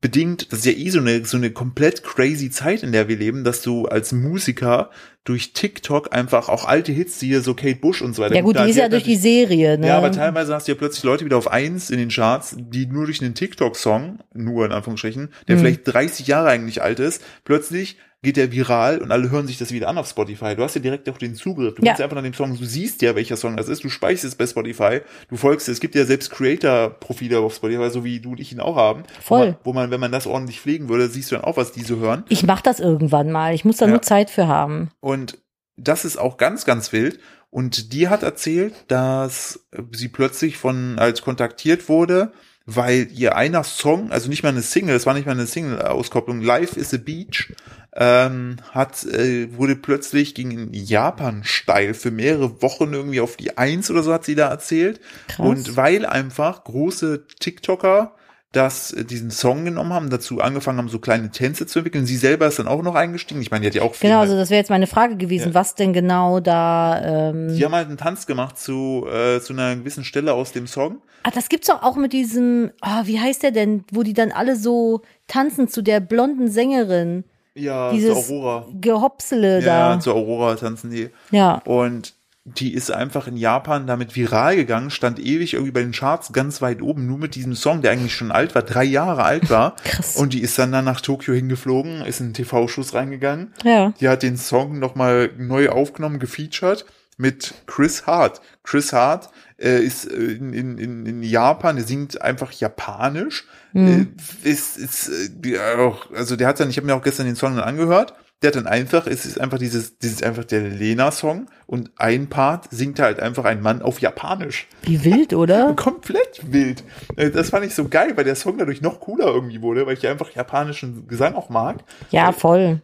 Speaker 1: Bedingt, das ist ja eh so eine, so eine komplett crazy Zeit, in der wir leben, dass du als Musiker durch TikTok einfach auch alte Hits, die hier so Kate Bush und so weiter.
Speaker 2: Ja gut,
Speaker 1: da-
Speaker 2: die ist ja
Speaker 1: hat
Speaker 2: durch
Speaker 1: natürlich-
Speaker 2: die Serie, ne?
Speaker 1: ja, aber teilweise hast du ja plötzlich Leute wieder auf eins in den Charts, die nur durch einen TikTok-Song, nur in Anführungsstrichen, der
Speaker 2: Hm.
Speaker 1: vielleicht 30 Jahre eigentlich alt ist, plötzlich geht der viral und alle hören sich das wieder an auf Spotify. Du hast ja direkt auch den Zugriff. Du
Speaker 2: Ja.
Speaker 1: kannst einfach nach dem Song, du siehst ja, welcher Song das ist, du speicherst es bei Spotify, du folgst, es gibt ja selbst Creator-Profile auf Spotify, so wie du und ich ihn auch haben. Wo
Speaker 2: Voll.
Speaker 1: man, wo man, wenn man das ordentlich pflegen würde, siehst du dann auch, was diese hören.
Speaker 2: Ich mache das irgendwann mal. Ich muss da
Speaker 1: Ja.
Speaker 2: nur Zeit für haben.
Speaker 1: Und das ist auch ganz, ganz wild. Und die hat erzählt, dass sie plötzlich von als kontaktiert wurde, weil ihr einer Song, also nicht mal eine Single, es war nicht mal eine Single-Auskopplung, Life is a Beach, ähm, hat, äh, wurde plötzlich ging in Japan steil für mehrere Wochen irgendwie auf die Eins oder so, hat sie da erzählt.
Speaker 2: Krass.
Speaker 1: Und weil einfach große TikToker das, äh, diesen Song genommen haben, dazu angefangen haben, so kleine Tänze zu entwickeln. Sie selber ist dann auch noch eingestiegen. Ich meine, die hat ja auch viel
Speaker 2: genau, also das wäre jetzt meine Frage gewesen,
Speaker 1: Ja.
Speaker 2: was denn genau da. Ähm,
Speaker 1: Die haben halt einen Tanz gemacht zu, äh, zu einer gewissen Stelle aus dem Song.
Speaker 2: Ah, das gibt's doch auch mit diesem. ah, wie heißt der denn, wo die dann alle so tanzen zu der blonden Sängerin,
Speaker 1: Ja,
Speaker 2: Dieses-
Speaker 1: zu Aurora.
Speaker 2: Gehopsele
Speaker 1: Ja,
Speaker 2: da.
Speaker 1: zu Aurora tanzen die.
Speaker 2: ja.
Speaker 1: Und die ist einfach in Japan damit viral gegangen, stand ewig irgendwie bei den Charts ganz weit oben, nur mit diesem Song, der eigentlich schon alt war, drei Jahre alt war.
Speaker 2: Krass.
Speaker 1: Und die ist dann, dann nach Tokio hingeflogen, ist in einen TV-Schuss reingegangen.
Speaker 2: Ja.
Speaker 1: Die hat den Song nochmal neu aufgenommen, gefeatured mit Chris Hart. Chris Hart äh, ist äh, in, in, in in Japan, der singt einfach japanisch. Äh, ist, ist, äh, die auch, also der hat dann, ich habe mir auch gestern den Song dann angehört, der hat dann einfach, es ist einfach dieses, dieses einfach der Lena-Song und ein Part singt halt einfach ein Mann auf Japanisch.
Speaker 2: Wie wild, oder?
Speaker 1: Komplett wild. Äh, Das fand ich so geil, weil der Song dadurch noch cooler irgendwie wurde, weil ich ja einfach japanischen Gesang auch mag.
Speaker 2: Ja, voll.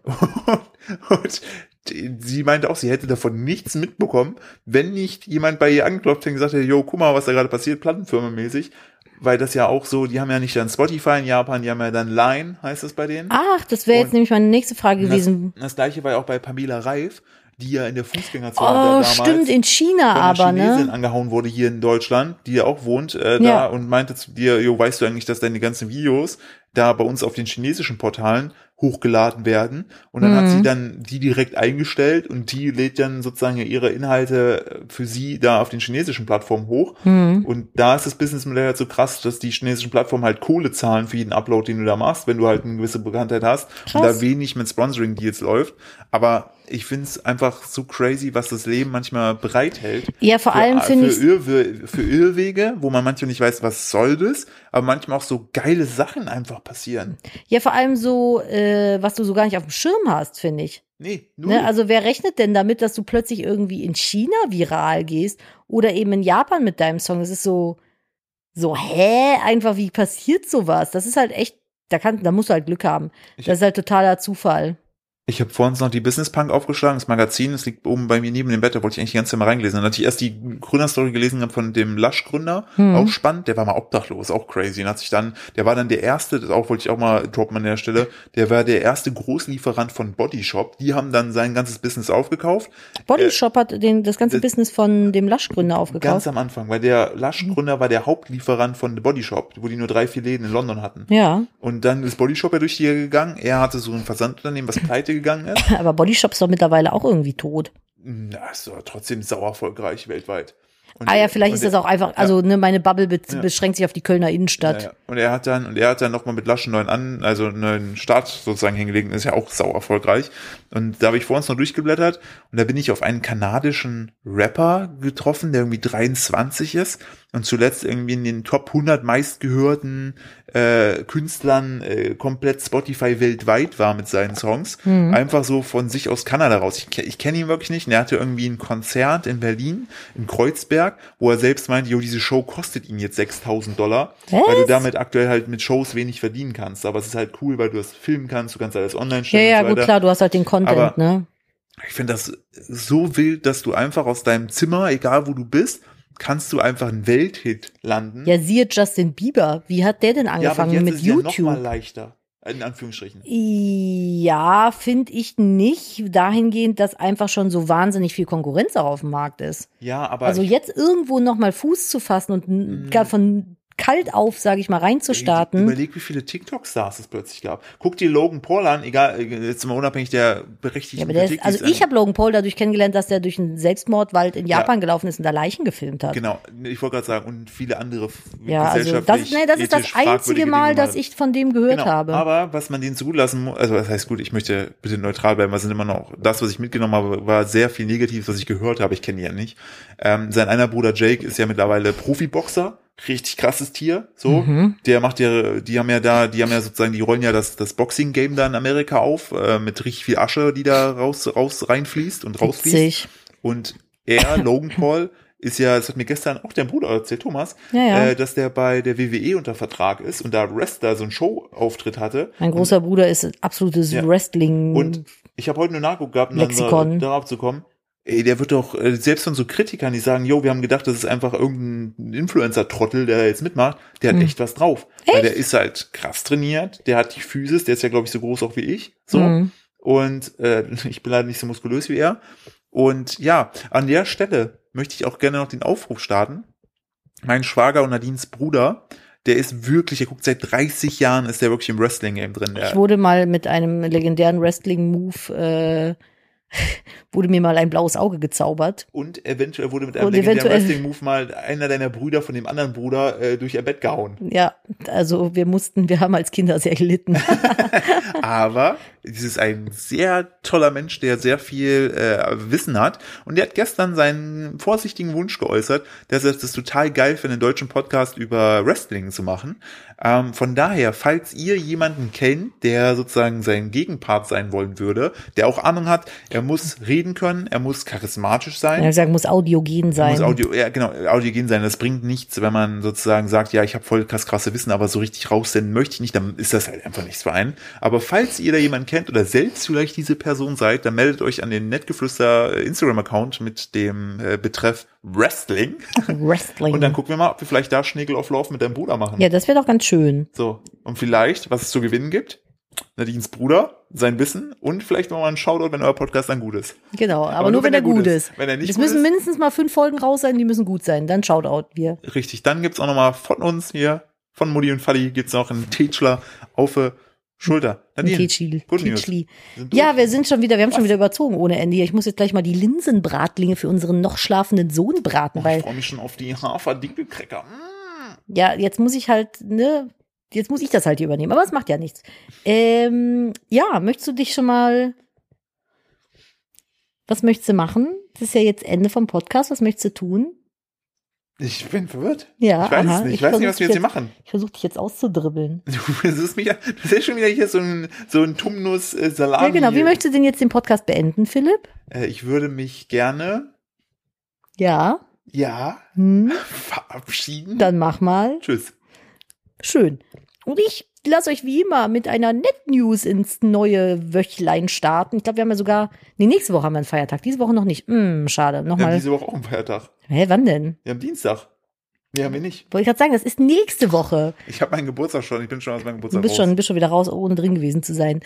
Speaker 1: Und die- sie meinte auch, sie hätte davon nichts mitbekommen, wenn nicht jemand bei ihr angeklopft hätte und gesagt hätte, yo, guck mal, was da gerade passiert, plattenfirmenmäßig. Weil das ja auch so, die haben ja nicht dann Spotify in Japan, die haben ja dann Line, heißt das bei denen.
Speaker 2: Ach, das wäre jetzt
Speaker 1: Und-
Speaker 2: nämlich meine nächste Frage
Speaker 1: Und das,
Speaker 2: gewesen.
Speaker 1: das gleiche war ja auch bei Pamela Reif, die ja in der Fußgängerzone da
Speaker 2: Oh,
Speaker 1: damals
Speaker 2: stimmt, in China
Speaker 1: von einer
Speaker 2: aber,
Speaker 1: Chinesin
Speaker 2: ne?
Speaker 1: angehauen wurde hier in Deutschland, die ja auch wohnt, äh, da
Speaker 2: Ja.
Speaker 1: und meinte zu dir, jo, weißt du eigentlich, dass deine ganzen Videos da bei uns auf den chinesischen Portalen hochgeladen werden? Und dann hat
Speaker 2: Mhm.
Speaker 1: sie dann die direkt eingestellt und die lädt dann sozusagen ihre Inhalte für sie da auf den chinesischen Plattformen hoch.
Speaker 2: Hm.
Speaker 1: Und da ist das Businessmodell halt so krass, dass die chinesischen Plattformen halt Kohle zahlen für jeden Upload, den du da machst, wenn du halt eine gewisse Bekanntheit hast und
Speaker 2: Krass.
Speaker 1: da wenig mit Sponsoring-Deals läuft. Aber ich find's einfach so crazy, was das Leben manchmal bereithält.
Speaker 2: Ja, vor allem
Speaker 1: für,
Speaker 2: finde ich
Speaker 1: für, Irrwe für Irrwege, wo man manchmal nicht weiß, was soll das, aber manchmal auch so geile Sachen einfach passieren.
Speaker 2: Ja, vor allem so, äh, was du so gar nicht auf dem Schirm hast, finde ich.
Speaker 1: Nee, nur.
Speaker 2: Ne? Also wer rechnet denn damit, dass du plötzlich irgendwie in China viral gehst oder eben in Japan mit deinem Song? Es ist so, so, hä? Einfach, wie passiert sowas? Das ist halt echt, da, kann, da musst du halt Glück haben.
Speaker 1: Ich-
Speaker 2: das ist halt totaler Zufall.
Speaker 1: Ich habe vorhin noch die Business Punk aufgeschlagen, das Magazin, das liegt oben bei mir neben dem Bett, da wollte ich eigentlich die ganze Zeit mal reingelesen. Dann hatte ich erst die Gründerstory gelesen gehabt von dem Lush-Gründer,
Speaker 2: Hm.
Speaker 1: auch spannend, der war mal obdachlos, auch crazy. Und hat sich dann, der war dann der erste, das auch wollte ich auch mal droppen an der Stelle, der war der erste Großlieferant von Body Shop. Die haben dann sein ganzes Business aufgekauft,
Speaker 2: Body Shop hat den, das ganze
Speaker 1: äh, das-
Speaker 2: Business von dem Laschgründer
Speaker 1: ganz
Speaker 2: aufgekauft.
Speaker 1: am Anfang, weil der
Speaker 2: Mhm.
Speaker 1: Lush-Gründer war der Hauptlieferant von The Body Shop, wo die nur drei, vier Läden in London hatten.
Speaker 2: Ja,
Speaker 1: Und dann ist Body Shop ja durch die Jäger gegangen, er hatte so ein Versandunternehmen, was pleite gegangen ist.
Speaker 2: aber Body Shop ist doch mittlerweile auch irgendwie tot.
Speaker 1: Na, ist doch trotzdem sauer erfolgreich weltweit. Und
Speaker 2: Ah ja,
Speaker 1: er-
Speaker 2: vielleicht
Speaker 1: und
Speaker 2: ist
Speaker 1: er-
Speaker 2: das auch einfach, also ne, meine Bubble be beschränkt sich auf die Kölner Innenstadt.
Speaker 1: Ja, ja. Und er hat dann, und er hat dann nochmal mit Laschen neuen an, also einen neuen Start sozusagen hingelegt, und ist ja auch sau erfolgreich. Und da habe ich vor uns noch durchgeblättert und da bin ich auf einen kanadischen Rapper getroffen, der irgendwie 23 ist und zuletzt irgendwie in den Top 100 meistgehörten äh, Künstlern äh, komplett Spotify weltweit war mit seinen Songs.
Speaker 2: Mhm.
Speaker 1: Einfach so von sich aus Kanada raus. Ich, ke- ich kenne ihn wirklich nicht. Und er hatte irgendwie ein Konzert in Berlin, in Kreuzberg, wo er selbst meinte, jo, diese Show kostet ihn jetzt 6000 Dollar, weil du damit aktuell halt mit Shows wenig verdienen kannst. Aber es ist halt cool, weil du das filmen kannst, du kannst alles online
Speaker 2: Ja,
Speaker 1: stellen
Speaker 2: ja,
Speaker 1: und so
Speaker 2: gut,
Speaker 1: weiter.
Speaker 2: klar, du hast halt den Content,
Speaker 1: Aber- Hm?
Speaker 2: ne?
Speaker 1: Ich finde das so wild, dass du einfach aus deinem Zimmer, egal wo du bist, kannst du einfach einen Welthit landen.
Speaker 2: Ja, siehe Justin Bieber. Wie hat der denn angefangen
Speaker 1: ja, aber jetzt
Speaker 2: mit
Speaker 1: ist es Ja noch mal
Speaker 2: YouTube?
Speaker 1: leichter, in Anführungsstrichen.
Speaker 2: Ja, finde ich nicht. Dahingehend, dass einfach schon so wahnsinnig viel Konkurrenz auch auf dem Markt ist.
Speaker 1: Ja, aber
Speaker 2: Also
Speaker 1: ich- Mhm.
Speaker 2: jetzt irgendwo nochmal Fuß zu fassen und n- gar von kalt auf, sage ich mal, reinzustarten.
Speaker 1: Überleg, wie viele TikTok-Stars es plötzlich gab. Guck dir Logan Paul an, egal, äh, jetzt mal unabhängig der berechtigten
Speaker 2: Ja, aber der
Speaker 1: Kritik,
Speaker 2: ist,
Speaker 1: die
Speaker 2: also
Speaker 1: es
Speaker 2: ich habe Logan Paul dadurch kennengelernt, dass der durch einen Selbstmordwald in
Speaker 1: Ja.
Speaker 2: Japan gelaufen ist und da Leichen gefilmt hat.
Speaker 1: Genau, ich wollte gerade sagen, und viele andere f-
Speaker 2: Ja, also das,
Speaker 1: gesellschaftlich,
Speaker 2: nee, das ist
Speaker 1: ethisch
Speaker 2: das
Speaker 1: fragwürdige
Speaker 2: einzige
Speaker 1: Dinge
Speaker 2: Mal,
Speaker 1: gemacht
Speaker 2: dass
Speaker 1: hat.
Speaker 2: ich von dem gehört
Speaker 1: genau,
Speaker 2: habe.
Speaker 1: Aber was man denen zugelassen muss, also was heißt gut, ich möchte bitte neutral bleiben, was sind immer noch, das, was ich mitgenommen habe, war sehr viel Negatives, was ich gehört habe, ich kenne ihn ja nicht. Ähm, sein einer Bruder Jake ist ja mittlerweile Profiboxer, richtig krasses Tier, so. Der macht ja, die haben ja da, die haben ja sozusagen, die rollen ja das, das Boxing-Game da in Amerika auf, äh, mit richtig viel Asche, die da raus, raus reinfließt und rausfließt.
Speaker 2: Witzig.
Speaker 1: Und er, Logan Paul, ist ja, das hat mir gestern auch dein Bruder erzählt, Thomas,
Speaker 2: Ja, ja.
Speaker 1: Äh, dass der bei der WWE unter Vertrag ist und da Wrestler so einen Showauftritt hatte.
Speaker 2: Mein großer Bruder ist ein absolutes
Speaker 1: Ja.
Speaker 2: Wrestling.
Speaker 1: Und ich habe heute nur nachgeguckt gehabt, um dann
Speaker 2: Lexikon.
Speaker 1: darauf zu kommen. Ey, der wird doch, äh, selbst von so Kritikern, die sagen, jo, wir haben gedacht, das ist einfach irgendein Influencer-Trottel, der da jetzt mitmacht, der hat
Speaker 2: Hm.
Speaker 1: echt was drauf. Weil der ist halt krass trainiert, der hat die Physis, der ist ja, glaube ich, so groß auch wie ich. So.
Speaker 2: Mhm.
Speaker 1: Und äh, ich bin leider nicht so muskulös wie er. Und ja, an der Stelle möchte ich auch gerne noch den Aufruf starten. Mein Schwager und Nadines Bruder, der ist wirklich, der guckt seit 30 Jahren, ist der wirklich im Wrestling-Game drin.
Speaker 2: Ich
Speaker 1: Der,
Speaker 2: wurde mal mit einem legendären Wrestling-Move, äh, wurde mir mal ein blaues Auge gezaubert.
Speaker 1: und eventuell wurde mit einem
Speaker 2: Und
Speaker 1: legendären
Speaker 2: eventuell-
Speaker 1: Wrestling-Move mal einer deiner Brüder von dem anderen Bruder äh, durch ihr Bett gehauen.
Speaker 2: Ja, also wir mussten, wir haben als Kinder sehr gelitten.
Speaker 1: Aber es ist ein sehr toller Mensch, der sehr viel äh, Wissen hat. Und der hat gestern seinen vorsichtigen Wunsch geäußert, dass er das total geil findet, einen deutschen Podcast über Wrestling zu machen. Ähm, von daher, falls ihr jemanden kennt, der sozusagen sein Gegenpart sein wollen würde, der auch Ahnung hat, er muss reden können, er muss charismatisch sein.
Speaker 2: Ich sagen, muss audiogen sein.
Speaker 1: Muss Audio, ja, genau, audiogen sein. Das bringt nichts, wenn man sozusagen sagt, ja, ich habe voll krass krasse Wissen, aber so richtig raussenden möchte ich nicht, dann ist das halt einfach nichts für einen. Aber falls ihr da jemanden kennt oder selbst vielleicht diese Person seid, dann meldet euch an den Nettgeflüster äh, Instagram-Account mit dem äh, Betreff Wrestling.
Speaker 2: Wrestling.
Speaker 1: Und dann gucken wir mal, ob wir vielleicht da Schnägel auf Lauf mit deinem Bruder machen.
Speaker 2: ja, das wäre doch ganz schön.
Speaker 1: So. Und vielleicht, was es zu gewinnen gibt, Nadines Bruder, sein Wissen und vielleicht nochmal ein Shoutout, wenn euer Podcast dann gut ist.
Speaker 2: Genau, aber, nur, wenn, er gut ist.
Speaker 1: Wenn er nicht
Speaker 2: es
Speaker 1: gut
Speaker 2: müssen
Speaker 1: ist-
Speaker 2: mindestens mal fünf Folgen raus sein, die müssen gut sein. Dann Shoutout wir.
Speaker 1: Richtig, dann gibt's auch nochmal von uns hier, von Mutti und Fadi, gibt's noch einen Tätschler auf die Schulter.
Speaker 2: Tetschli.
Speaker 1: gute News.
Speaker 2: Tetschli.
Speaker 1: sind Oh, durch.
Speaker 2: Ja, wir sind schon wieder, wir haben schon wieder überzogen ohne Ende. hier. Ich muss jetzt gleich mal die Linsenbratlinge für unseren noch schlafenden Sohn braten,
Speaker 1: Oh, ich
Speaker 2: weil
Speaker 1: freue mich schon auf die Hafer-Dinkelcracker. Mm.
Speaker 2: ja, jetzt muss ich halt, ne, jetzt muss ich das halt hier übernehmen, aber es macht ja nichts. Ähm, ja, möchtest du dich schon mal, was möchtest du machen? Das ist ja jetzt Ende vom Podcast, was möchtest du tun?
Speaker 1: Ich bin verwirrt.
Speaker 2: Ja,
Speaker 1: ich weiß
Speaker 2: aha,
Speaker 1: es nicht. Ich,
Speaker 2: ich
Speaker 1: weiß nicht, was
Speaker 2: versuch
Speaker 1: wir jetzt hier
Speaker 2: jetzt-
Speaker 1: machen.
Speaker 2: Ich versuche dich jetzt auszudribbeln.
Speaker 1: Du versuchst mich, das ist schon wieder hier so ein, so ein äh, Tumnus-Salat.
Speaker 2: Ja, genau. Wie möchtest du denn jetzt den Podcast beenden, Philipp?
Speaker 1: Äh, Ich würde mich gerne,
Speaker 2: Ja.
Speaker 1: ja,
Speaker 2: Hm,
Speaker 1: verabschieden.
Speaker 2: dann mach mal.
Speaker 1: Tschüss.
Speaker 2: Schön. Und ich lasse euch wie immer mit einer Net-News ins neue Wöchlein starten. Ich glaube, wir haben ja sogar. Nee, nächste Woche haben wir einen Feiertag. Diese Woche noch nicht. Hm, schade.
Speaker 1: Wir haben
Speaker 2: Nochmal.
Speaker 1: diese Woche auch einen Feiertag.
Speaker 2: Hä, wann denn?
Speaker 1: Wir haben Dienstag. Nee, haben wir nicht.
Speaker 2: Wollte ich gerade sagen, das ist nächste Woche.
Speaker 1: Ich habe meinen Geburtstag schon. Ich bin schon aus meinem Geburtstag
Speaker 2: Du bist
Speaker 1: raus.
Speaker 2: schon, bist schon wieder raus, ohne drin gewesen zu sein.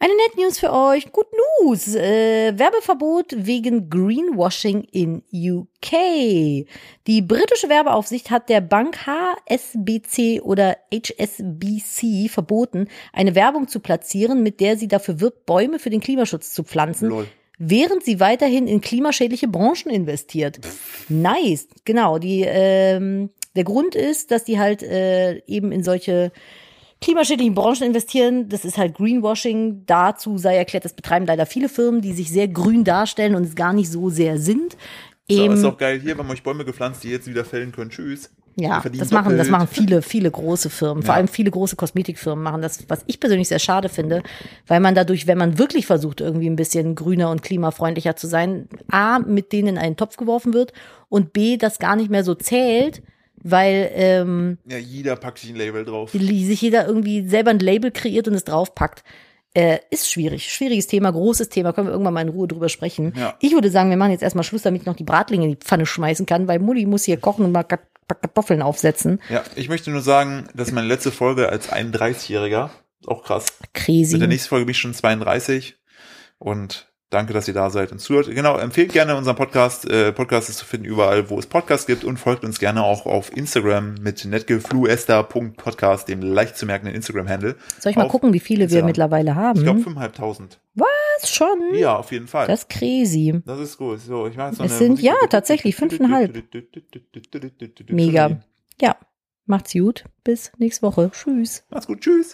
Speaker 2: Eine Net News für euch. Good News. Äh, Werbeverbot wegen Greenwashing in UK. Die britische Werbeaufsicht hat der Bank HSBC oder HSBC verboten, eine Werbung zu platzieren, mit der sie dafür wirbt, Bäume für den Klimaschutz zu pflanzen,
Speaker 1: Lol.
Speaker 2: während sie weiterhin in klimaschädliche Branchen investiert. Nice, genau. Die, ähm, der Grund ist, dass die halt äh, eben in solche klimaschädlichen Branchen investieren. Das ist halt Greenwashing. Dazu sei erklärt, das betreiben leider viele Firmen, die sich sehr grün darstellen und es gar nicht so sehr sind.
Speaker 1: So,
Speaker 2: Eben,
Speaker 1: ist auch geil. Hier wir haben euch Bäume gepflanzt, die jetzt wieder fällen können. Tschüss. Wir
Speaker 2: ja,
Speaker 1: verdienen
Speaker 2: das machen, das
Speaker 1: doppelt.
Speaker 2: machen viele, viele große Firmen. Vor
Speaker 1: Ja.
Speaker 2: allem viele große Kosmetikfirmen machen das, was ich persönlich sehr schade finde, weil man dadurch, wenn man wirklich versucht, irgendwie ein bisschen grüner und klimafreundlicher zu sein, A, mit denen in einen Topf geworfen wird und B, das gar nicht mehr so zählt, weil ähm,
Speaker 1: Ja, jeder packt sich ein Label drauf.
Speaker 2: li- sich jeder irgendwie selber ein Label kreiert und es draufpackt. Äh, ist schwierig. Schwieriges Thema, großes Thema. Können wir irgendwann mal in Ruhe drüber sprechen.
Speaker 1: Ja.
Speaker 2: Ich würde sagen, wir machen jetzt erstmal Schluss, damit ich noch die Bratlinge in die Pfanne schmeißen kann, weil Mutti muss hier kochen und mal Kat- Kartoffeln aufsetzen.
Speaker 1: Ja, ich möchte nur sagen, dass meine letzte Folge als 31-Jähriger, auch krass.
Speaker 2: Crazy.
Speaker 1: Mit der nächsten Folge bin ich schon 32 und Danke, dass ihr da seid und zuhört. Genau, empfehlt gerne unseren Podcast. Äh, Podcast ist zu finden überall, wo es Podcasts gibt und folgt uns gerne auch auf Instagram mit netgefluester.podcast, dem leicht zu merkenden Instagram-Handle.
Speaker 2: Soll ich mal
Speaker 1: Auf
Speaker 2: gucken, wie viele wir
Speaker 1: Instagram.
Speaker 2: mittlerweile haben?
Speaker 1: Ich glaube 5.500.
Speaker 2: das schon.
Speaker 1: Ja, auf jeden Fall.
Speaker 2: Mhm. Das ist crazy.
Speaker 1: Das ist gut. So, ich mache jetzt noch
Speaker 2: Es
Speaker 1: eine
Speaker 2: sind-
Speaker 1: Musik-
Speaker 2: ja, tatsächlich, 5,5. Mega. Ja, macht's gut. Bis nächste Woche. Tschüss.
Speaker 1: Macht's gut. Tschüss.